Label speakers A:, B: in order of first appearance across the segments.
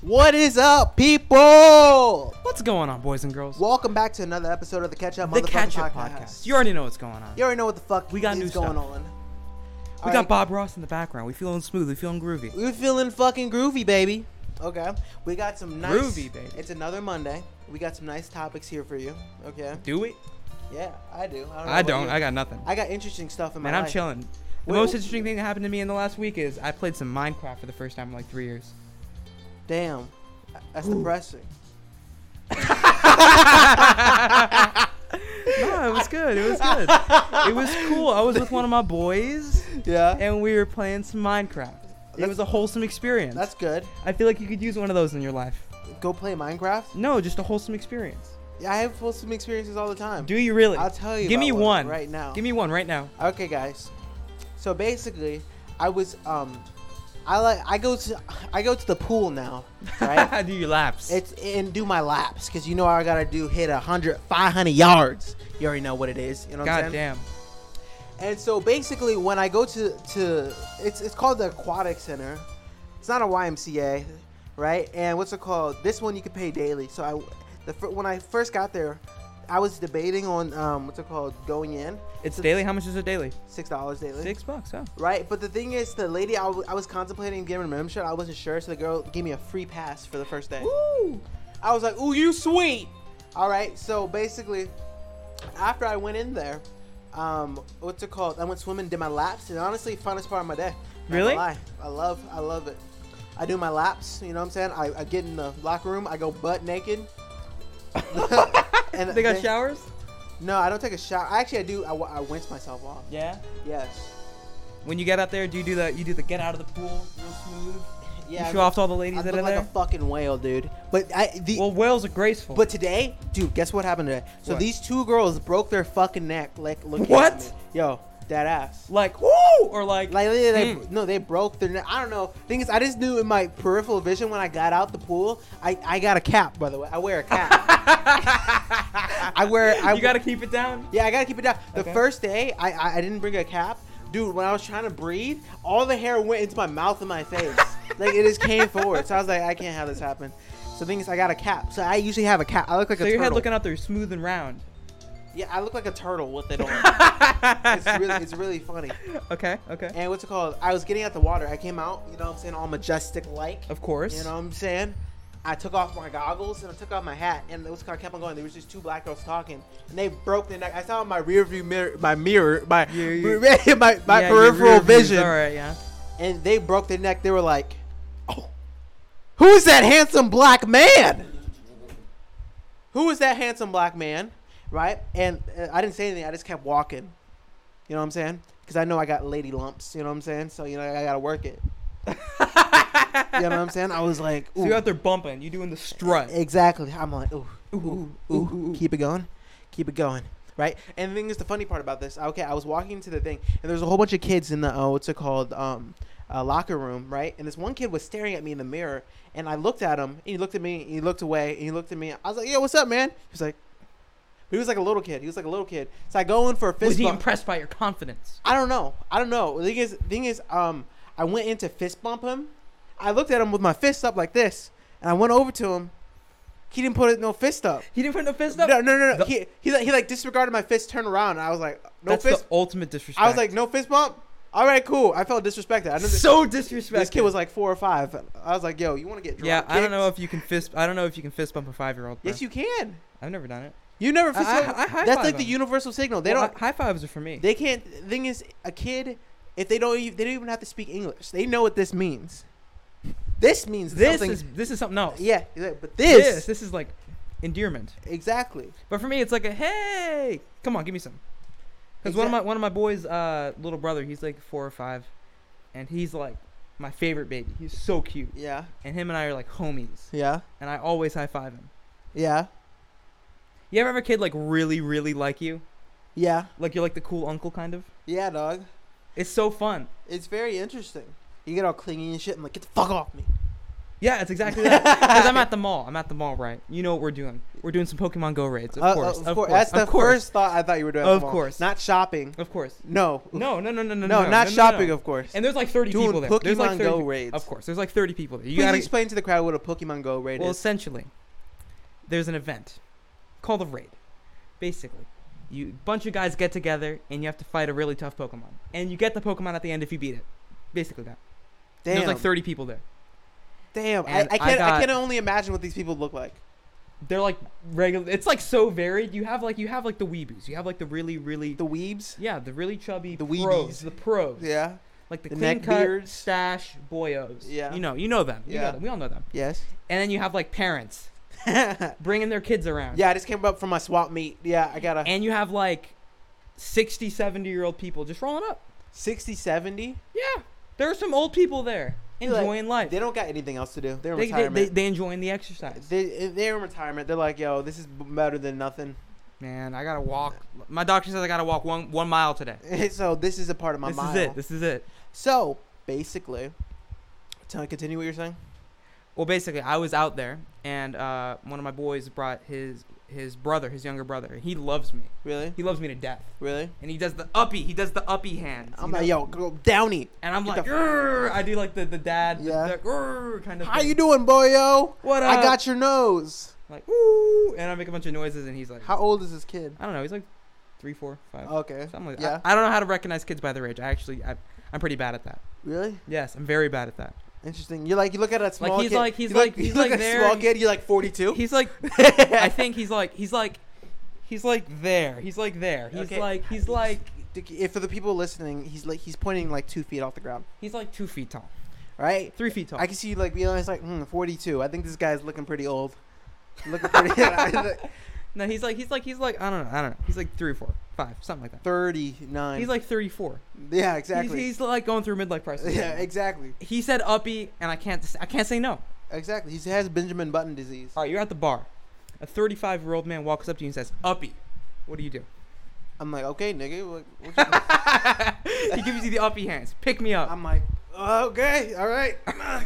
A: What is up, people?
B: What's going on, boys and girls?
A: Welcome back to another episode of the Catch Up
B: the
A: Motherfucking
B: Catch Up podcast. You already know what's going on.
A: You already know what the fuck
B: We got
A: is
B: new
A: going
B: stuff.
A: on.
B: we got Bob Ross in the background. We feeling smooth. We feeling groovy.
A: We're feeling fucking groovy, baby. Okay, we got some nice.
B: Groovy, baby.
A: It's another Monday. We got some nice topics here for you. Okay.
B: Do we?
A: Yeah, I do. I don't. Know
B: I
A: about
B: don't.
A: you.
B: I got nothing.
A: I got interesting stuff in my
B: Man, I'm
A: life.
B: chilling. The
A: Wait,
B: most
A: wh-
B: interesting thing that happened to me in the last week is I played some Minecraft for the first time in like three years.
A: Damn, that's depressing.
B: No, it was good. It was good. it was cool. I was with one of my boys
A: Yeah.
B: and we were playing some Minecraft. It
A: That's-
B: was a wholesome experience.
A: That's good.
B: I feel like you could use one of those in your life.
A: Go play Minecraft.
B: No, just a wholesome experience.
A: Yeah, I have full some experiences all the time.
B: Do you really?
A: I'll tell you.
B: Give me
A: about
B: one.
A: right now.
B: Give me one right now.
A: Okay, guys. So basically, I was um, I like I go to I go to the pool now, right?
B: do your laps.
A: it's and do my laps because you know I gotta do hit a hundred, five hundred yards. You already know what it is. You know what I'm
B: God
A: saying?
B: damn.
A: And so basically, when I go to to it's it's called the aquatic center. It's not a YMCA, right? And what's it called? This one you can pay daily. So I, the fir- when I first got there, I was debating on um what's it called going in
B: It's daily. How much is it daily?
A: six dollars daily.
B: Six bucks. Oh.
A: Right, but the thing is, the lady I, w- I was contemplating giving a membership, I wasn't sure, so the girl gave me a free pass for the first day.
B: Woo!
A: I was like, "Ooh, you sweet!" All right, so basically, after I went in there, um, what's it called? I went swimming, did my laps, and honestly, funnest part of my day. Not gonna
B: Really?
A: lie. I love, I love it. I do my laps. You know what I'm saying? I, I get in the locker room, I go butt naked. and
B: They got showers?
A: No, I don't take a shower. Actually, I do. I, wa- I rinse myself off.
B: Yeah.
A: Yes.
B: When you get out there, do you do the you do the get out of the pool real smooth?
A: Yeah.
B: You
A: I
B: show
A: go-
B: off to all the ladies
A: I
B: that
A: look
B: are
A: like a
B: there.
A: fucking whale, dude. But I the
B: well, whales are graceful.
A: but today, dude, guess what happened today? So
B: What?
A: these two girls broke their fucking neck. Like, look
B: What?
A: At me. Yo, that ass.
B: like woo or like
A: Like, they, they-
B: Mm.
A: no, they broke their neck. I don't know. Thing is, I just knew in my peripheral vision when I got out the pool. I, I got a cap, by the way. I wear a cap. I wear. I
B: you gotta keep it down.
A: Yeah, I gotta keep it down. The
B: Okay.
A: first day, I, I I didn't bring a cap, dude. When I was trying to breathe, all the hair went into my mouth and my face. like it just came forward. So I was like, I can't have this happen. So the thing is, I got a cap. So I usually have a cap. I look like
B: So
A: a
B: your
A: turtle.
B: head looking out there smooth and round.
A: yeah, I look like a turtle with it on. it's really it's really funny.
B: okay. Okay.
A: And what's it called? I was getting out the water. I came out. You know what I'm saying? All majestic like.
B: Of course.
A: You know what I'm saying? I took off my goggles and I took off my hat and it was kind of kept on going. There was just two black girls talking and they broke their neck. I saw in my rear view mirror, my mirror, my
B: Yeah, you-
A: my, my
B: Yeah, your
A: peripheral
B: rear view's
A: vision,
B: All right. Yeah.
A: and they broke their neck. They were like, "Oh, who is that handsome black man? Who is that handsome black man?" Right? And uh, I didn't say anything. I just kept walking. You know what I'm saying? Because I know I got lady lumps. You know what I'm saying? So you know I gotta work it. You know what I'm saying? I was like,
B: So
A: "Ooh."
B: you're out there bumping. You doing the strut.
A: Exactly. I'm like, ooh, ooh,
B: Ooh,
A: ooh, ooh,
B: ooh, ooh, ooh.
A: Keep it going. Keep it going. Right? And the thing is, the funny part about this, okay, I was walking into the thing, and there's a whole bunch of kids in the, uh, what's it called, um, uh, locker room, right? And this one kid was staring at me in the mirror, and I looked at him, and he looked at me, and he looked away, and he looked at me. I was like, yo, what's up, man? He was like, he was like a little kid. He was like a little kid. So I go in for a fist
B: Was he
A: bump.
B: impressed by your confidence?
A: I don't know. I don't know. The thing is, thing is, um, I went in to fist bump him. I looked at him with my fist up like this, and I went over to him. He didn't put no fist up.
B: He didn't put no fist
A: No,
B: up.
A: no, no, no.
B: The-
A: he, he like- he like disregarded my fist, turned around, and I was like, no
B: That's
A: fist.
B: the ultimate disrespect.
A: I was like, no fist bump. All right, cool. I felt disrespected. I know this,
B: so disrespectful.
A: this kid was like four or five. I was like, yo, you want to get drunk?
B: Yeah, I don't know if you can fist. I don't know if you can fist bump a five-year-old. bro.
A: yes, you can.
B: I've never done it.
A: You never fist
B: I-
A: bump.
B: I high
A: That's
B: five
A: like the
B: him.
A: universal signal. They
B: Well,
A: don't.
B: hi- high fives are for me.
A: They can't. Thing is, a kid, if they don't, even, they don't even have to speak English. They know what this means. This means
B: this
A: something.
B: is this is something else.
A: yeah, yeah, but this,
B: this this is like endearment.
A: exactly.
B: But for me, it's like a hey, come on, give me some. Because one of my one of my boys, uh, little brother, he's like four or five, and he's like my favorite baby. He's so cute,
A: Yeah,
B: and him and I are like homies,
A: yeah,
B: and I always high five him.
A: yeah,
B: You ever have a kid like really really like you,
A: yeah,
B: like you're like the cool uncle kind of?
A: yeah, dog.
B: It's so fun.
A: It's very interesting. You get all clingy and shit. I'm like, get the fuck off me.
B: Yeah, it's exactly that. Because I'm at the mall. I'm at the mall, right? You know what we're doing. We're doing some Pokemon Go raids. Of
A: Uh, uh,
B: course.
A: of, course. That's
B: of
A: the
B: course.
A: first thought I thought you were doing. at the
B: Of
A: mall.
B: course.
A: Not shopping.
B: Of course.
A: No.
B: No, no, no,
A: No,
B: no, no, no.
A: not
B: no, no,
A: shopping,
B: no.
A: of course.
B: And there's like 30
A: Doing
B: people there. there's like
A: Pokemon
B: 30
A: Go raids.
B: Of course, there's like 30 people there. You
A: Please
B: gotta
A: explain to the crowd what a Pokemon Go raid
B: Well,
A: is.
B: essentially, there's an event called a raid. Basically, you bunch of guys get together and you have to fight a really tough Pokemon, and you get the Pokemon at the end if you beat it. Basically that.
A: Damn.
B: There's like 30 people there.
A: Damn. I,
B: and
A: I
B: I
A: can't. I
B: got-
A: can only imagine what these people look like.
B: They're like regular. It's like so varied. You have like you have like the weebies. You have like the really really
A: The weebs.
B: yeah the really chubby
A: The
B: pros
A: weebies.
B: the pros
A: Yeah.
B: like the,
A: The
B: clean cut
A: neckbeards.
B: stash boyos
A: Yeah.
B: you know you know them you
A: Yeah.
B: know them. we all know them
A: Yes.
B: and then you have like parents
A: yeah.
B: bringing their kids around
A: I just came up from my swap meet. Yeah. I got a
B: and you have like 60 70 year old people just rolling up
A: 60, 70.
B: yeah there are some old people there
A: Like,
B: enjoying life
A: They don't got anything else to do. They're in
B: they, they,
A: retirement.
B: they, they enjoying the exercise
A: They, they're in retirement. They're like, yo, this is b- better than nothing.
B: man i gotta walk my doctor says i gotta walk one one mile today
A: so this is a part of my
B: this
A: mile.
B: is it this is it
A: so basically, to continue what you're saying.
B: well basically i was out there and uh, one of my boys brought his his brother his younger brother he loves me
A: Really,
B: he loves me to death
A: really.
B: and he does the uppy he does the uppy hands
A: I'm
B: you
A: like,
B: know?
A: yo, go downy.
B: and i'm
A: get
B: like
A: the-
B: "Grr," i do like the, the dad the-
A: Yeah.
B: the, "Grr," kind of
A: How
B: thing.
A: you doing, boyo?
B: what
A: I
B: up?
A: got your nose.
B: like ooh, and I make a bunch of noises, and he's like,
A: How old is this kid?
B: I don't know, he's like three, four, five,
A: Okay.
B: something like that.
A: Yeah.
B: I, I don't know how to recognize kids by their age. I actually, I, I'm pretty bad at that.
A: Really?
B: Yes, I'm very bad at that.
A: Interesting. You're like, you look at a small
B: he's
A: kid.
B: like- he's
A: you look-
B: like- he's
A: you look
B: like
A: at
B: there
A: a small
B: and-
A: kid. You're like 42.
B: He's like, I think he's like, he's like, he's like there. He's like there. He's
A: Okay.
B: like, he's like,
A: If for the people listening, he's like, he's pointing like two feet off the ground,
B: he's like two feet tall,
A: right?
B: three feet tall.
A: I can see you like being honest, like hmm, 42. I think this guy's looking pretty old. Looking pretty
B: no, he's like, he's like, he's like, I don't know, I don't know. He's like three, four, five, something like that.
A: 39.
B: He's like 34.
A: yeah,
B: He's-
A: exactly.
B: He's, like going through midlife crisis.
A: yeah, exactly,
B: He said uppy, and I can't, I can't say no.
A: exactly. He has Benjamin Button disease.
B: All right, you're at the bar. A 35 year old man walks up to you and says, Uppy. What do you do?
A: I'm like, okay, nigga. What, what you
B: he gives you the uppy hands. Pick me up.
A: I'm like, okay, all right. Oh,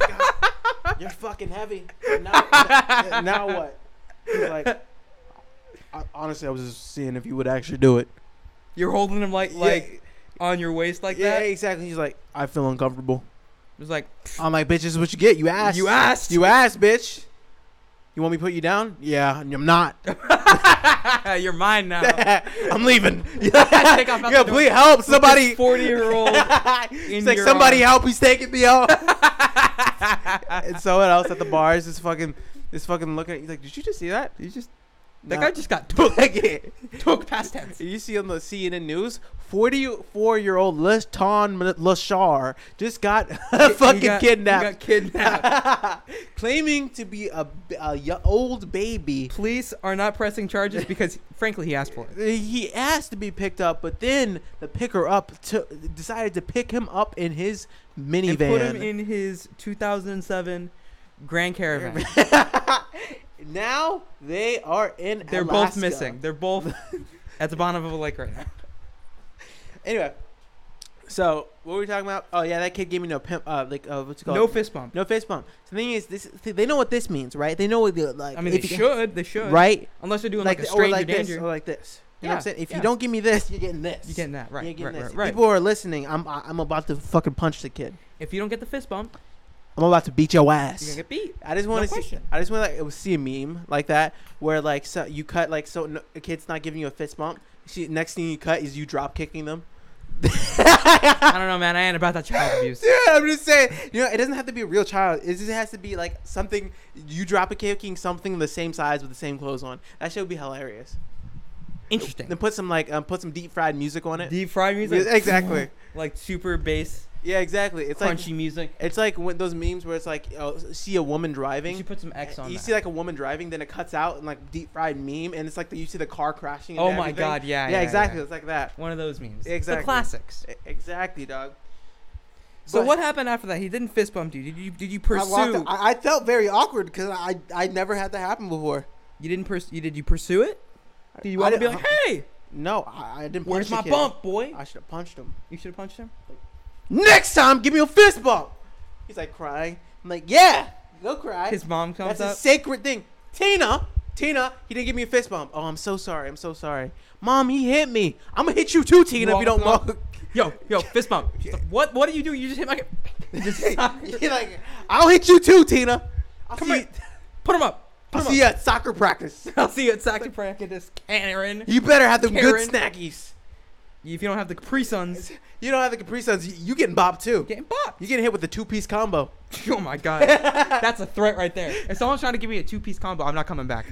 A: God. You're fucking heavy. Now, now what? He's like, I, honestly, I was just seeing if you would actually do it.
B: You're holding him like
A: Yeah,
B: like on your waist like
A: yeah,
B: that. It
A: exactly. He's like, I feel uncomfortable.
B: was like,
A: I'm like, bitch, this is what you get. You asked.
B: you asked.
A: You asked, bitch. You want me to put you down? Yeah, and I'm not.
B: You're mine now.
A: I'm leaving.
B: Take off out
A: yeah,
B: the door.
A: please help somebody.
B: 40 year old. in
A: it's like
B: your
A: somebody help. He's taking me off. and someone else at the bar is just fucking, is fucking looking. at you like, did you just see that? Did you just
B: That
A: Nah.
B: guy just got took.
A: Like, it.
B: Took past tense.
A: you see on the CNN news, 44-year-old Lashon Lashar just got fucking
B: He got- he
A: kidnapped,
B: got kidnapped.
A: claiming to be a, a y- old baby.
B: Police are not pressing charges because, frankly, he asked for it.
A: he asked to be picked up, but then the picker up to, decided to pick him up in his minivan.
B: And put him in his 2007 Grand Caravan.
A: now they are in.
B: They're both
A: Alaska.
B: missing. They're both at the bottom of a lake right now.
A: Anyway, so what were we talking about? Oh yeah, that kid gave me no pimp. Uh, like uh, what's it called?
B: No fist bump.
A: no fist bump. So the thing is, this they know what this means, right? They know what the like.
B: I mean,
A: if
B: they
A: you-
B: should. They should.
A: right?
B: Unless they're doing
A: Like,
B: like, a
A: or
B: stranger
A: like this,
B: danger.
A: or like this. You know what I'm
B: Yeah,
A: saying? If you
B: yeah.
A: don't give me this, you're getting this.
B: You're getting that right.
A: You're getting
B: right,
A: this.
B: right,
A: If
B: right.
A: People are listening. I'm I- I'm about to fucking punch the kid.
B: if you don't get the fist bump,
A: I'm about to beat your ass.
B: you're gonna get beat.
A: I just want
B: No
A: to see.
B: question.
A: I just want to like it- see a meme like that where like so you cut like so no, a kid's not giving you a fist bump. She, next thing you cut is you drop kicking them. yeah,
B: I don't know, man. I ain't about that child abuse.
A: I'm just saying. You know, it doesn't have to be a real child. It just has to be like something you drop a kicking something the same size with the same clothes on. That shit would be hilarious.
B: Interesting.
A: Then put some like um, put some deep fried music on it.
B: Deep fried music.
A: Yeah, exactly.
B: Like super bass,
A: Yeah, exactly. It's like
B: crunchy music.
A: it's like when those memes where it's like oh, see a woman driving.
B: You should put some X on
A: you
B: that.
A: see like a woman driving, then it cuts out and like deep fried meme, and it's like the, you see the car crashing. into
B: oh my
A: everything.
B: god, yeah,
A: Yeah,
B: yeah, yeah.
A: exactly. It's like that.
B: One of those memes.
A: Exactly.
B: The classics.
A: E- Exactly, dog.
B: So
A: But-
B: what happened after that? He didn't fist bump you. Did you did you
A: I, walked-
B: pursue?
A: I, I felt very awkward because I I never had that happen before.
B: You didn't pursue. You did you pursue it? Did you
A: I
B: want to be
A: didn't-
B: like, hey,
A: No, I, I didn't.
B: where's
A: punch the
B: my
A: kid.
B: bump, boy?
A: I should have punched him.
B: You should have punched him.
A: Next time, give me a fist bump. He's like crying. I'm like, yeah, They'll cry.
B: His mom comes
A: That's
B: up.
A: a sacred thing. Tina, Tina, he didn't give me a fist bump. Oh, I'm so sorry. I'm so sorry. Mom, he hit me. I'm gonna hit you too, Tina, if you don't
B: Walk-
A: walk.
B: Yo, yo, fist bump. She's like, what? What did you do? You just hit my. Just stop.
A: You're like, I'll hit you too, Tina. I'll
B: Come
A: see
B: here.
A: you-
B: Put him up. Put
A: I'll
B: him
A: see you
B: up.
A: at soccer practice.
B: I'll see you at soccer practice, Karen.
A: You better have them
B: Karen.
A: good snackies.
B: If you don't have the Capri Suns,
A: You don't have the Capri Suns. You, you getting bopped too.
B: getting bopped.
A: You getting hit with the two piece combo.
B: Oh my god, that's a threat right there. If someone's trying to give me a two-piece combo, I'm not coming back.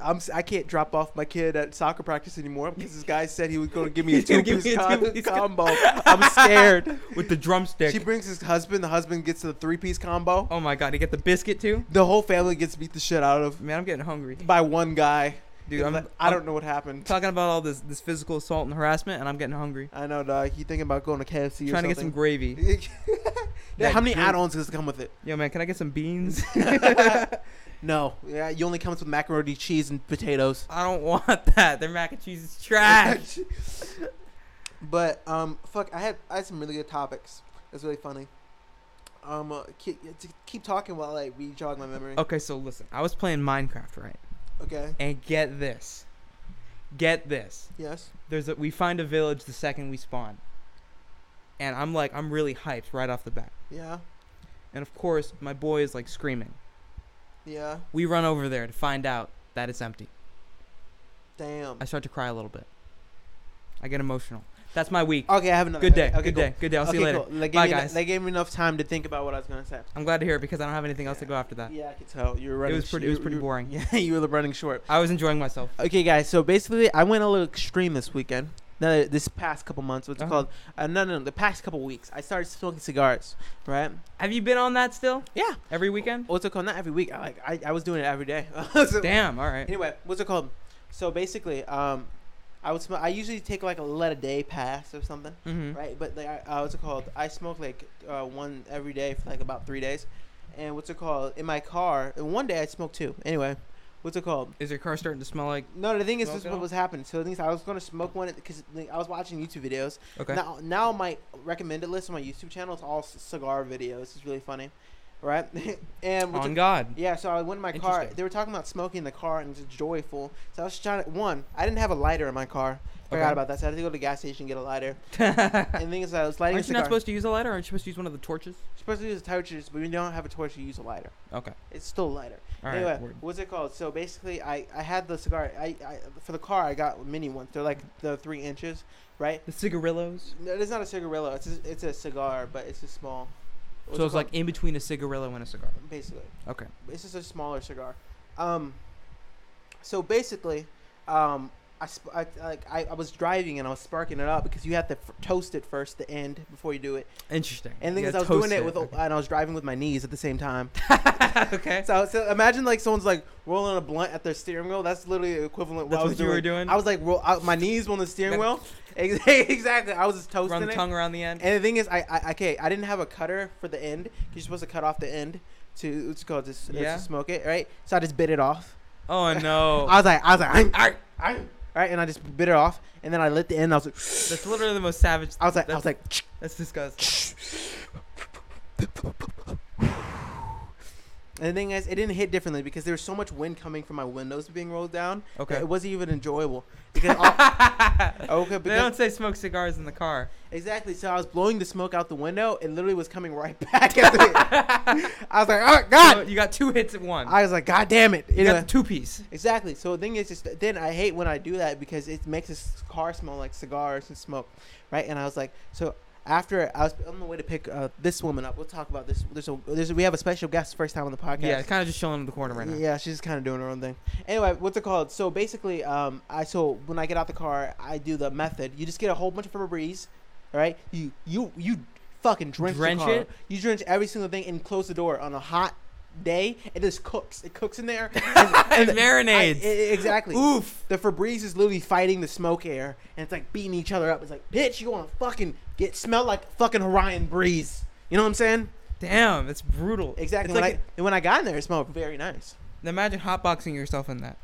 A: I'm, s- I can't drop off my kid at soccer practice anymore because this guy said he was going to give me a
B: He's gonna
A: two
B: give me
A: piece
B: a
A: com-
B: two-piece com-
A: combo. I'm scared.
B: With the drumstick.
A: She brings his husband. The husband gets to the three piece combo.
B: oh my god, to get the biscuit too.
A: The whole family gets beat the shit out of
B: Man, I'm getting hungry.
A: by one guy.
B: Dude,
A: It-
B: I'm-
A: I
B: I'm-
A: don't know what happened.
B: Talking about all this this physical assault and harassment, and I'm getting hungry.
A: I know, dog. He thinking about going to KFC.
B: trying
A: or
B: to get some gravy.
A: get some. yeah, how
B: That
A: many
B: drink.
A: add-ons does it come with it?
B: Yo, man, can I get some beans?
A: No, yeah, you only comes with macaroni, cheese, and potatoes.
B: I don't want that. Their mac and cheese is
A: Ah.
B: trash.
A: But um, fuck, I had I had some really good topics. It's really funny. Um, uh, keep, to keep talking while I re jog my memory.
B: okay, so listen, I was playing Minecraft, right?
A: Okay.
B: And get this, get this.
A: Yes.
B: There's a we find a village the second we spawn, and I'm like, I'm really hyped right off the bat.
A: Yeah.
B: And of course, my boy is like screaming.
A: Yeah.
B: We run over there to find out that it's empty.
A: Damn.
B: I start to cry a little bit. I get emotional. That's my week.
A: Okay, I have another.
B: Good day.
A: Okay,
B: good
A: cool.
B: day. Good day. I'll see you
A: Okay,
B: later.
A: cool. They gave
B: Bye,
A: me en-
B: guys.
A: they gave me enough time to think about what I was gonna say.
B: I'm glad to hear it because I don't have anything else to go after that.
A: Yeah, I could tell you were running.
B: was
A: sh-
B: pretty- it
A: you-
B: was pretty
A: you-
B: boring.
A: Yeah, you were running short.
B: I was enjoying myself.
A: Okay, guys. So basically, I went a little extreme this weekend. No, this past couple months, what's it
B: Uh-huh.
A: called? Uh, no, no, no, the past couple weeks, I started smoking cigars. Right?
B: Have you been on that still?
A: Yeah.
B: Every weekend?
A: What's it called? Not every week. I like. I, I was doing it every day. So-
B: Damn. All right.
A: Anyway, what's it called? So basically, um, I would smoke. I usually take like a let a day pass or something.
B: Mm-hmm.
A: right? But like, I, uh, what's it called? I smoke like uh, one every day for like about three days, and what's it called? In my car, and one day I smoked two. Anyway, what's it called?
B: Is your car starting to smell like?
A: No, the thing is,
B: Smoke
A: this is
B: it
A: what
B: all?
A: was happening. So the thing is, I was gonna smoke one because like, I was watching YouTube videos.
B: Okay.
A: Now, now my recommended list on my YouTube channel is all c- cigar videos. It's really funny, right? and what's it
B: on God.
A: yeah, so I went in my car.
B: Interesting.
A: They were talking about smoking in the car and it's joyful. So I was trying to, one, I didn't have a lighter in my car. Forgot
B: Okay.
A: about that. So I had to go to the gas station and get a lighter.
B: Aren't
A: And the thing is, I was lighting
B: you
A: a cigar.
B: not supposed to use a lighter? Aren't you supposed to use one of the torches?
A: supposed to use torches, but when you don't have a torch, you use a lighter.
B: Okay.
A: It's still a lighter.
B: All right.
A: anyway,
B: word.
A: what's it called? So basically, I, I had the cigar. I, I for the car, I got mini ones. They're like the three inches, right?
B: The cigarillos.
A: No, it's not a cigarillo. It's a, it's a cigar, but it's a small. what's
B: so
A: it
B: it's like
A: called?
B: in between a cigarillo and a cigar.
A: basically.
B: Okay.
A: It's just a smaller cigar. Um, so basically, um, I, sp- I like I, I was driving and I was sparking it up because you have to f- toast it first, the end before you do it.
B: Interesting.
A: And the
B: You
A: thing is, I
B: gotta
A: was doing
B: toast
A: it, with,
B: Okay.
A: and I was driving with my knees at the same time.
B: okay.
A: So, so imagine like someone's like rolling a blunt at their steering wheel. That's literally the equivalent.
B: That's
A: I was
B: what you were doing?
A: I was like, roll, I, my knees were on the steering
B: Yeah.
A: wheel. Ex- exactly. I was just toasting
B: Run the
A: it.
B: tongue around the end.
A: And the thing is, I, I okay, I didn't have a cutter for the end. 'cause You're supposed to cut off the end to it's called to, s-
B: Yeah.
A: to smoke it, right? So I just bit it off.
B: oh no.
A: I was like, I was like, I'm, I'm, I'm, right, and I just bit it off, and then I lit the end. I was like,
B: That's literally the most savage.
A: I was like, I
B: that's,
A: was like,
B: that's disgusting.
A: and the thing is, it didn't hit differently because there was so much wind coming from my windows being rolled down.
B: Okay.
A: It wasn't even enjoyable because all, okay,
B: they
A: because
B: don't say smoke cigars in the car.
A: exactly. So I was blowing the smoke out the window. It literally was coming right back at me. I was like, oh
B: So
A: god!
B: you got two hits at one.
A: I was like, god damn it!
B: you
A: Anyway.
B: got the two piece.
A: Exactly. So the thing is, just then I hate when I do that because it makes this car smell like cigars and smoke, right? And I was like, so after I was on the way to pick uh, this woman up, we'll talk about this. There's a there's a, we have a special guest first time on the podcast.
B: Yeah, it's kind of just chilling in the corner right now.
A: Yeah, she's kind of doing her own thing. Anyway, what's it called? So basically, um, I so when I get out the car, I do the method. You just get a whole bunch of Febreze, all right? You you you fucking drench,
B: Drench
A: the car.
B: it?
A: You drench every single thing and close the door on a hot day. It just cooks. It cooks in there. And,
B: And
A: the-
B: marinades.
A: I- I- exactly.
B: Oof.
A: The Febreze is literally fighting the smoke air, and it's like beating each other up. It's like, bitch, you want to fucking get smell like fucking Hawaiian breeze. You know what I'm saying?
B: Damn, it's brutal.
A: Exactly.
B: It's
A: when
B: like
A: I, and when I got in there, it smelled very nice.
B: imagine hotboxing yourself in that.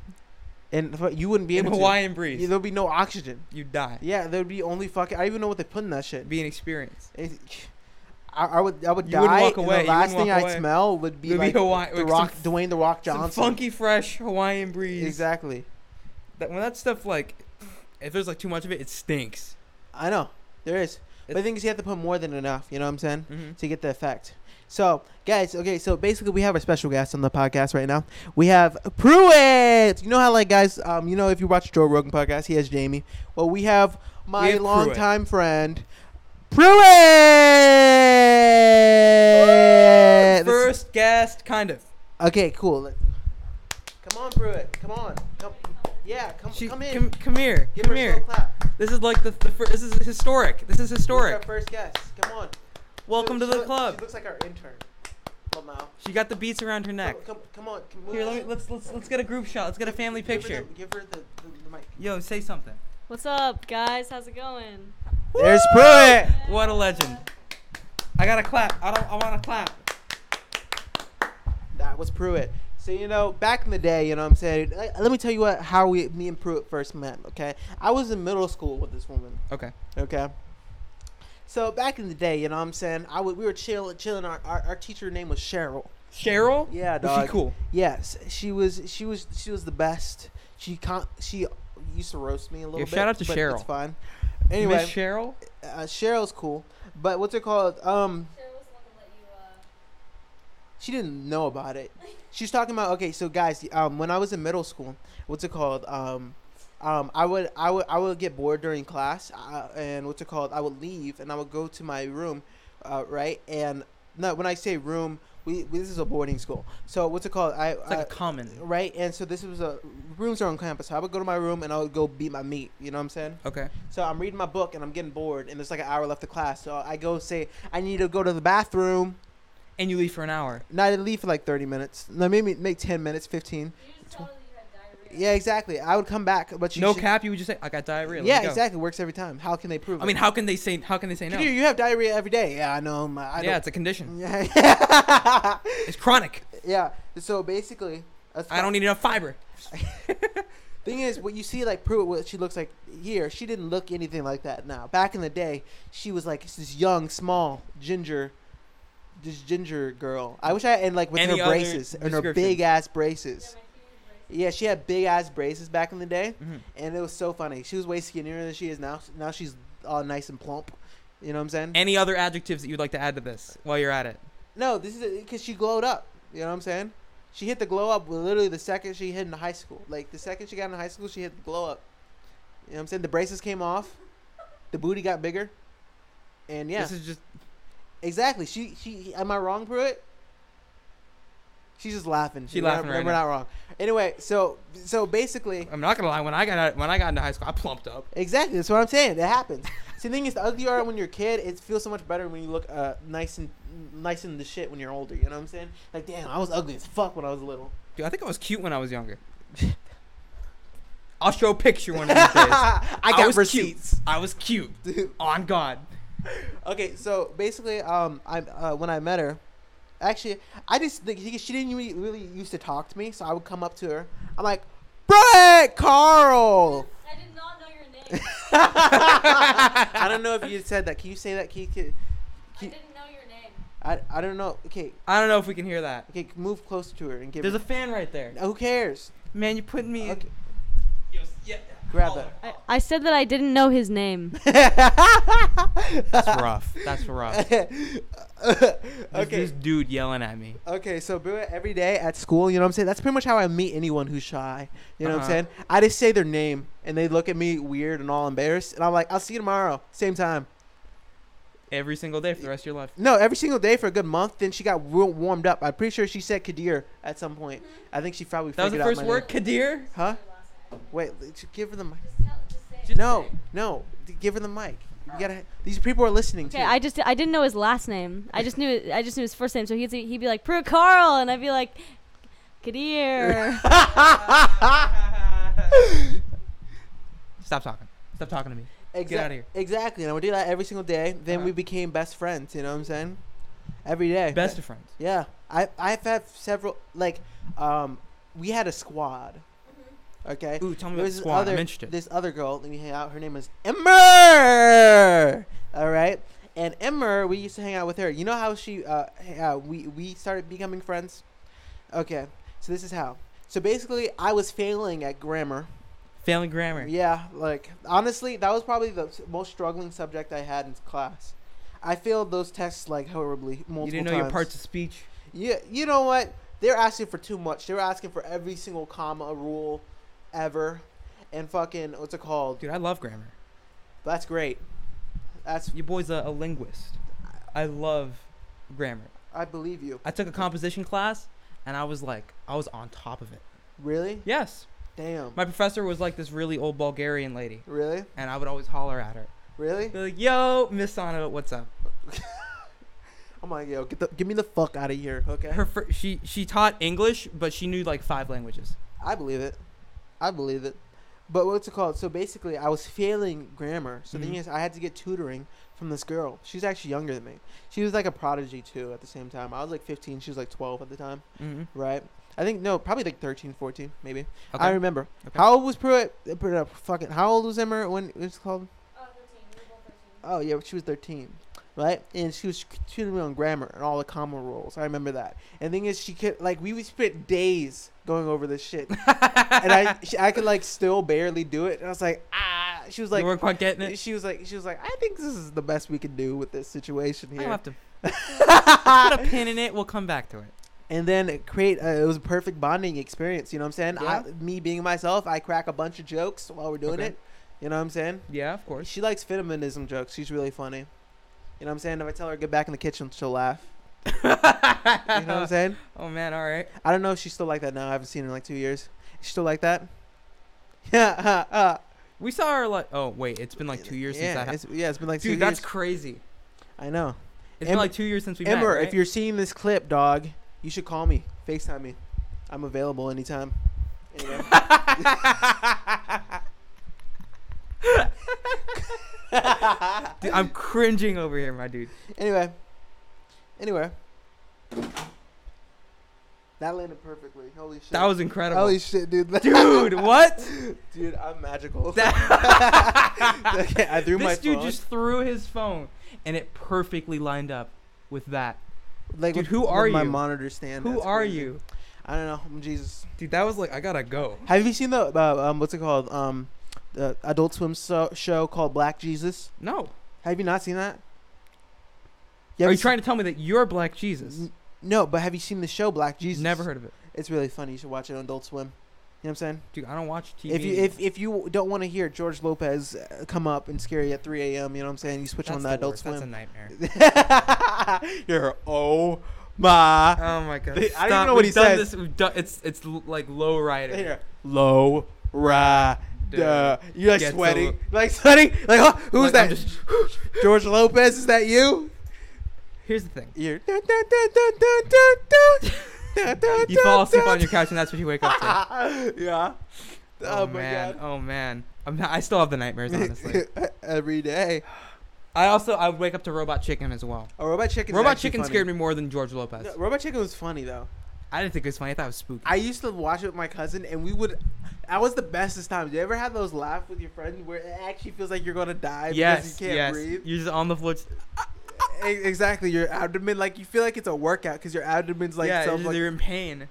A: And fu- you wouldn't be
B: In
A: able to.
B: Hawaiian
A: Yeah,
B: breeze,
A: There'll be no oxygen.
B: you die.
A: Yeah, there'd be only fucking. I don't even know what they put in that shit.
B: Be an experience.
A: It- I, I would I would
B: You wouldn't
A: die.
B: walk away,
A: And
B: you
A: the last
B: wouldn't
A: thing
B: walk
A: I'd
B: away.
A: smell would be
B: Would be
A: like
B: Hawaii-
A: the
B: like
A: Rock,
B: some-
A: Dwayne the Rock
B: Some
A: Johnson.
B: funky fresh Hawaiian breeze.
A: Exactly.
B: That, when that stuff like, if there's like too much of it, it stinks.
A: I know there is, but the
B: It-
A: thing is, you have to put more than enough. You know what I'm saying?
B: Mm-hmm.
A: to get the effect. So, guys, okay, so basically we have a special guest on the podcast right now. We have Pruitt. You know how, like, guys, um, you know, if you watch Joe Rogan podcast, he has Jamie. Well, we have my
B: We have Pruitt.
A: longtime friend, Pruitt.
B: First guest, kind of.
A: Okay, cool. Let- Come on, Pruitt. Come on. Come, yeah, come,
B: She-
A: come in.
B: Come, come here.
A: Give
B: come
A: her a
B: here.
A: slow clap. This is
B: This is like the, the fir- this is historic. This is
A: our
B: historic.
A: first guest. Come on.
B: Welcome
A: She-
B: to
A: she
B: the
A: look- She
B: club.
A: looks like our intern. Lamau.
B: She got the beats around her neck.
A: Come, come, come on. Come
B: Here,
A: move
B: let me,
A: us.
B: let's let's let's get a group shot. Let's get a family
A: Give her
B: picture.
A: the- Give her the, the, the mic.
B: Yo, say something.
C: What's up, guys? How's it going?
A: There's Pruitt.
B: What a legend. I gotta clap. I don't. I wanna clap.
A: That was Pruitt. So you know, back in the day, you know what I'm saying. Like, Let me tell you what how we, me and Pruitt first met. Okay, I was in middle school with this woman.
B: Okay.
A: Okay. So back in the day, you know what I'm saying, I would, we were chilling, chilling. Our, our our teacher name was Cheryl.
B: Cheryl.
A: Yeah,
B: Was she
A: dog.
B: cool?
A: Yes, she was. She was. She was the best. She con- She used to roast me a little
B: Yeah,
A: bit.
B: shout out to
A: but
B: Cheryl.
A: It's fine.
B: Miss
A: Anyway,
B: Cheryl.
A: uh, Cheryl's cool, but what's it called? Um,
C: uh,
A: she didn't know about it. She's talking about okay, so guys, um, when I was in middle school, what's it called? Um, um, I would I would I would get bored during class, uh, and what's it called? I would leave and I would go to my room, uh, right? And no, when I say room, we, we this is a boarding school, so what's it called? I,
B: It's like
A: I-
B: a common.
A: right, and so this was a rooms are on campus. So I would go to my room and I would go beat my meat. You know what I'm saying?
B: Okay.
A: So I'm reading my book and I'm getting bored, and there's like an hour left of class. So I go say I need to go to the bathroom.
B: And you leave for an hour.
A: And I leave for like 30 minutes. No, maybe make 10 minutes, 15. Yeah, exactly. I would come back, but you
B: No
A: should-
B: cap. You would just say, "I got diarrhea." let me
A: Yeah,
B: go."
A: exactly. Works every time. How can they prove?
B: I mean, how can they say? How can they say
A: it?
B: no?
A: Kadir, you have diarrhea every day. Yeah, I know. My, I
B: yeah,
A: don't-
B: it's a condition.
A: yeah.
B: It's chronic.
A: yeah. So basically, that's
B: I don't need enough fiber.
A: Thing is, what you see like Pruitt, what she looks like here, she didn't look anything like that now. Back in the day, she was like this young, small, ginger, this ginger girl. I wish I and like with
B: Any
A: her
B: other
A: braces and her
B: description?
A: big ass braces. Yeah, she had big ass braces back in the day,
B: Mhm.
A: and it was so funny. She was way skinnier than she is now. Now she's all nice and plump. You know what I'm saying?
B: Any other adjectives that you'd like to add to this while you're at it?
A: no, this is because she glowed up. You know what I'm saying? She hit the glow up literally the second she hit in high school. Like the second she got in high school, she hit the glow up. You know what I'm saying? The braces came off, the booty got bigger, and yeah,
B: This is just
A: exactly. She she. Am I wrong, Pruitt? She's just laughing.
B: She
A: We're not-
B: laughing right
A: We're
B: now.
A: not wrong. Anyway, so so basically,
B: I'm not gonna lie. When I got out, when I got into high school, I plumped up.
A: Exactly. That's what I'm saying. It happens. See, the thing is, the ugly you are when you're a kid, it feels so much better when you look uh, nice and nice in the shit when you're older. You know what I'm saying? Like, damn, I was ugly as fuck when I was little.
B: Dude, I think I was cute when I was younger. I'll show a picture one of these days.
A: I got
B: was
A: receipts.
B: Cute. I was cute.
A: Dude.
B: On God.
A: Okay, so basically, um, I uh, when I met her, actually, I just think she she didn't really, really used to talk to me, so I would come up to her. I'm like, Brett Carl.
C: I did not know your name.
A: I don't know if you said that. Can you say that? Can you, can,
C: I didn't know your name.
A: I I don't know. Okay,
B: I don't know if we can hear that.
A: okay, move closer to her and give.
B: There's a
A: her,
B: fan right there.
A: who cares?
B: Man, you putting me.
A: Okay.
B: Yo, yeah. Oh,
A: Grab it.
C: I, I said that I didn't know his name.
A: That's
B: That's rough. That's rough.
A: okay.
B: This dude yelling at me.
A: Okay, so Boo every day at school, you know what I'm saying? That's pretty much how I meet anyone who's shy. You know what
B: Uh-huh.
A: I'm saying? I just say their name and they look at me weird and all embarrassed and I'm like, I'll see you tomorrow, same time.
B: Every single day for the rest of your life.
A: No, every single day for a good month, then she got real warmed up. I'm pretty sure she said Kadir at some point. I think she probably
B: That was
A: figured out
B: the first
A: my
B: word,
A: name.
B: Kadir.
A: Huh? Wait, l- j- give her the mic.
B: Just
A: No,
B: say it.
A: no, d- give her the mic. You gotta. These people are listening
C: Okay,
A: to.
C: I just I didn't know his last name. I just knew I just knew his first name. So he'd he'd be like Pru Carl, and I'd be like Kadir.
B: Stop talking. Stop talking to me.
A: Exactly.
B: outta here.
A: Exactly. And I would do that every single day. Then
B: Uh-huh.
A: we became best friends. You know what I'm saying? Every day.
B: Best of friends.
A: Yeah. I I've had several like, um, we had a squad. Okay.
B: Ooh, tell me
A: There
B: about
A: was this
B: the squad.
A: Other,
B: I'm interested.
A: This other girl that we hang out. Her name was Ember. All right. And Emmer, we used to hang out with her. You know how she, uh, h- uh, we we started becoming friends. Okay, so this is how. So basically, I was failing at grammar.
B: Failing grammar.
A: Yeah, like honestly, that was probably the s- most struggling subject I had in class. I failed those tests like horribly multiple
B: you didn't know
A: times.
B: your parts of speech.
A: Yeah, you know what? They're asking for too much. They were asking for every single comma rule ever, and fucking what's it called?
B: Dude, I love grammar.
A: That's great. That's
B: Your boy's a, a linguist. I love grammar.
A: I believe you.
B: I took a composition class and I was like, I was on top of it.
A: Really?
B: Yes.
A: Damn.
B: My professor was like this really old Bulgarian lady,
A: Really?
B: and I would always holler at her.
A: Really?
B: Be like, yo, Miss Sana, what's up?
A: I'm like, yo, get the, get me the fuck out of here, okay?
B: Her fir- she she taught English, but she knew like five languages.
A: I believe it. I believe it. But what's it called? So basically, I was failing grammar. So
B: Mhm.
A: the thing is, I had to get tutoring from this girl. She's actually younger than me. She was like a prodigy too. At the same time, I was like 15. She was like 12 at the time.
B: Mm-hmm.
A: right? I think no, probably like 13, 14, maybe.
B: Okay.
A: I remember.
B: Okay.
A: How old was Pruitt? uh, Pruitt, uh, fucking. How old was Emma when it was called? Oh yeah, she was 13, right? And she was tutoring me on grammar and all the comma rules. I remember that. And the thing is, she could like we would spend days going over this shit, and I she, I could like still barely do it. And I was like, ah. She was
B: you
A: like.
B: weren't quite getting it.
A: She was like, she was like, I think this is the best we can do with this situation
B: I'll
A: here.
B: have to put a pin in it. We'll come back to it.
A: and then it create uh, it was a perfect bonding experience you know what i'm saying
B: Yeah.
A: I, me being myself i crack a bunch of jokes while we're doing
B: Okay.
A: it you know what i'm saying
B: Yeah, of course.
A: she likes feminism jokes she's really funny you know what i'm saying if i tell her get back in the kitchen she'll laugh you know what i'm saying
B: oh man, all right.
A: i don't know if she's still like that now i haven't seen her in like two years Is she still like that yeah uh, uh.
B: We saw her like. Oh wait, it's been like two years
A: yeah,
B: since that happened.
A: it's, yeah it's been like
B: Dude,
A: two
B: that's
A: years
B: crazy.
A: i know
B: It's been
A: Ember-
B: like two years since we met.
A: ember
B: right?
A: if you're seeing this clip dog you should call me facetime me i'm available anytime anyway.
B: Dude, I'm cringing over here, my dude.
A: Anyway. Anyway. That landed perfectly. Holy shit.
B: That was incredible.
A: Holy shit, dude.
B: dude, what?
A: Dude, I'm magical.
B: That-
A: Okay, I threw
B: this
A: my
B: dude
A: phone.
B: just threw his phone, and it perfectly lined up with that.
A: like,
B: dude,
A: with-
B: who
A: with
B: are
A: My
B: you?
A: monitor stand.
B: Who
A: That's
B: are
A: crazy.
B: you,
A: I don't know. I'm Jesus.
B: dude? That was like I gotta go.
A: Have you seen the uh, um what's it called um the Adult Swim so- show called Black Jesus?
B: No,
A: Have you not seen that?
B: are
A: haven't
B: you
A: se-
B: trying to tell me that you're Black Jesus?
A: N- No, but have you seen the show Black Jesus?
B: Never heard of it,
A: It's really funny. You should watch it on Adult Swim. You know what I'm saying?
B: dude. I don't watch TV.
A: If you if, if you don't want to hear George Lopez uh, come up and scare you at 3 a.m., you know what I'm saying? You switch
B: That's
A: on
B: the
A: the Adult
B: worst. That's
A: Swim.
B: a nightmare.
A: You're oh my
B: Oh my god!
A: They- I don't even
B: Stop.
A: know what
B: We've
A: he
B: done
A: says.
B: This, we've done, it's it's l- like low rider.
A: Here. low ra duh. You like
B: Gets
A: sweating?
B: old.
A: Like sweating? Like huh? who's
B: Like, I'm
A: that?
B: just-
A: George Lopez? Is that you?
B: Here's the thing.
A: You're
B: You fall asleep on your couch, and that's what you wake up to.
A: yeah. Oh,
B: Oh,
A: my
B: man.
A: god.
B: Oh man. I'm not, I still have the nightmares, honestly.
A: Every day.
B: I also I would wake up to Robot Chicken as well.
A: Oh, Robot Chicken.
B: Robot Chicken scared me more than George Lopez.
A: No, Robot Chicken was funny though.
B: I didn't think it was funny. I thought it was spooky.
A: I used to watch it with my cousin, and we would. That was the bestest time. Do you ever have those laughs with your friends where it actually feels like you're gonna die
B: yes.
A: because you can't
B: yes.
A: breathe?
B: You're just on the floor. Just,
A: E- exactly, your abdomen like you feel like it's a workout because your abdomen's like
B: yeah.
A: so
B: you're,
A: fuck-
B: you're in pain.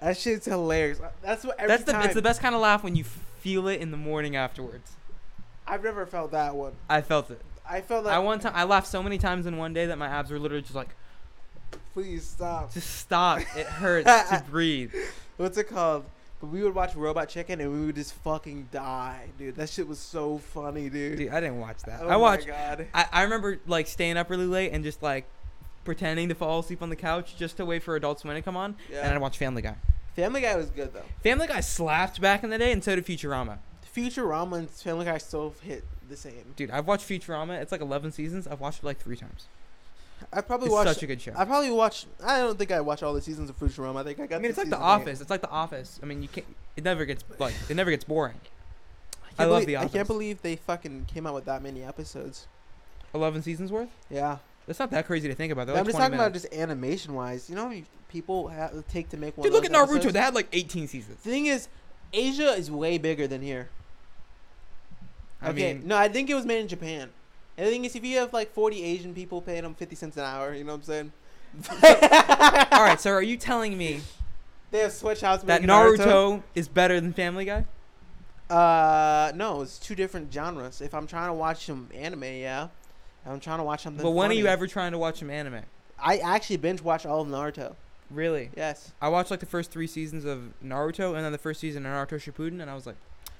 A: that shit's hilarious. Uh, That's what every
B: That's the
A: time
B: it's the best kind of laugh when you feel it in the morning afterwards.
A: I've never felt that one.
B: I felt it.
A: I felt like
B: I one time I laughed so many times in one day that my abs were literally just like,
A: please stop.
B: just stop. It hurts to breathe.
A: What's it called? But we would watch Robot Chicken and we would just fucking die, dude. That shit was so funny, dude.
B: Dude, I didn't watch that.
A: oh
B: I watched.
A: My God.
B: I, I remember like staying up really late and just like pretending to fall asleep on the couch just to wait for Adult Swim to come on,
A: Yeah.
B: and I'd watch Family Guy.
A: Family Guy was good though.
B: Family Guy slapped back in the day, and so did Futurama.
A: Futurama and Family Guy still hit the same.
B: Dude, I've watched Futurama. It's like 11 seasons. I've watched it like three times.
A: I probably
B: It's
A: watched.
B: such a good show.
A: I probably watched. I don't think I watched all the seasons of Futurama. I think I got.
B: I mean, it's like The Office. It's like The Office. I mean, you can't. It never gets like it never gets boring. I love
A: believe,
B: The
A: I
B: Office.
A: can't believe they fucking came out with that many episodes.
B: 11 seasons worth.
A: Yeah,
B: That's not that crazy to think about. They're
A: I'm
B: like
A: just
B: 20
A: talking about
B: minutes.
A: just animation wise. You know how many people have it take to make one.
B: Dude,
A: of
B: look at
A: those
B: Naruto.
A: episodes?
B: They had like 18 seasons.
A: The thing is, Asia is way bigger than here.
B: I
A: okay,
B: mean,
A: no, I think it was made in Japan. And the thing is, if you have like 40 Asian people paying them 50 cents an hour, you know what I'm saying?
B: All right, so are you telling me
A: They have sweatshops
B: that
A: making
B: Naruto is better than Family Guy?
A: Uh, no, it's two different genres. If I'm trying to watch some anime, yeah, If I'm trying to watch something.
B: But when are you
A: funny-
B: ever trying to watch some anime?
A: I actually binge watch all of Naruto.
B: Really?
A: Yes,
B: I watched like the first three seasons of Naruto, and then the first season of Naruto Shippuden, and I was like,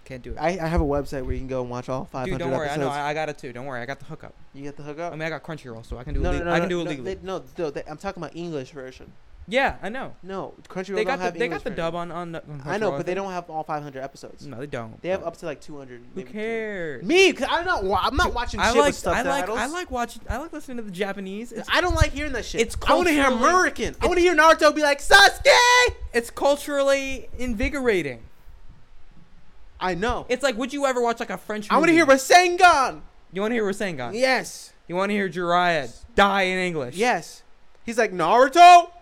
B: can't do it.
A: I, I have a website where you can go and watch all 500
B: Dude, don't worry.
A: Ah, episodes.
B: I know. I, I got it too. Don't worry. I got the hookup.
A: you get the hookup.
B: I mean, I got Crunchyroll, so I can do. it.
A: no, no,
B: leg-
A: no,
B: I
A: no,
B: can do it
A: no,
B: legally.
A: they- no, no, they- I'm talking about English version.
B: yeah, I know.
A: No, Crunchyroll
B: They
A: don't
B: got the
A: have
B: they
A: English
B: got the
A: version.
B: dub on on. the- on
A: I know,
B: Crunchyroll,
A: but they
B: think.
A: don't have all 500 episodes.
B: No, they don't.
A: They have
B: but
A: up to like 200.
B: Who
A: maybe 200.
B: cares?
A: Me, cause I'm not. Wa- I'm not watching
B: I
A: shit
B: like
A: with stuff
B: I like
A: titles.
B: I like watching I like listening to the Japanese. It's,
A: I don't like hearing that shit.
B: It's
A: I want to hear
B: culturally-
A: American. I
B: it-
A: want to hear Naruto be like Sasuke.
B: it's culturally invigorating.
A: I know.
B: It's like, would you ever watch like a French?
A: I want to
B: movie?
A: hear Rasengan.
B: You want to hear Rasengan?
A: Yes.
B: You want to hear Jiraiya die in English?
A: Yes. He's like Naruto.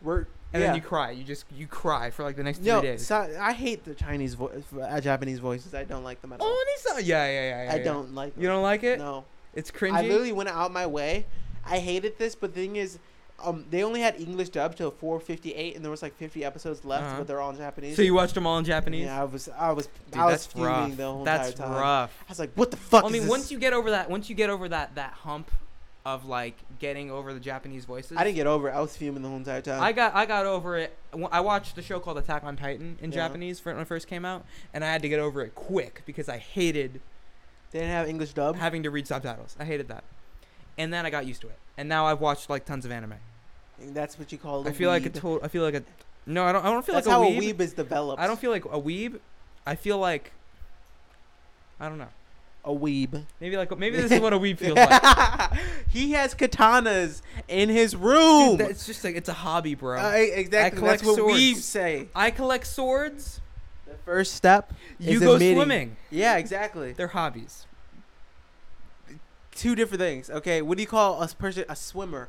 A: We're yeah.
B: And then you cry. You just you cry for like the next three
A: No,
B: days.
A: so, I hate the Chinese vo- uh, Japanese voices. I don't like them at
B: Oh,
A: all.
B: Oni-san. Yeah, yeah, yeah, yeah.
A: I
B: yeah.
A: don't like. Them.
B: You don't like it?
A: No.
B: It's cringy.
A: I literally went out my way. I hated this, but the thing is, um, they only had English dub till 4:58, and there was like 50 episodes left,
B: Uh-huh.
A: but they're all in Japanese.
B: so you watched them all in Japanese?
A: Yeah, I was, I was,
B: Dude,
A: I was
B: that's
A: fuming
B: rough.
A: the whole
B: that's
A: entire time.
B: rough.
A: I was like, what the fuck?
B: I mean,
A: is
B: once
A: this?
B: you get over that, once you get over that that hump of like getting over the Japanese voices,
A: I didn't uh, get over. it. I was fuming the whole entire time.
B: I got I got over it. Wh- I watched the show called Attack on Titan in
A: Yeah.
B: Japanese for- when it first came out, and I had to get over it quick because I hated
A: they didn't have English dub.
B: having to read subtitles. I hated that, and then I got used to it, and now I've watched like tons of anime.
A: And that's what you call.
B: I feel like a
A: weeb.
B: total. I feel like a. No, I don't. I don't feel
A: That's
B: like a
A: how
B: weeb.
A: a weeb is developed.
B: I don't feel like a weeb. I feel like. I don't know.
A: a weeb.
B: Maybe like maybe this is what a weeb feels like.
A: he has katanas in his room.
B: Dude, that- it's just like it's a hobby, bro.
A: Uh, e- exactly.
B: collect
A: That's what we
B: swords.
A: say.
B: I collect swords.
A: The first step.
B: You
A: is
B: go
A: admitting-
B: swimming.
A: Yeah, exactly.
B: They're hobbies.
A: Two different things. Okay, what do you call a person a swimmer?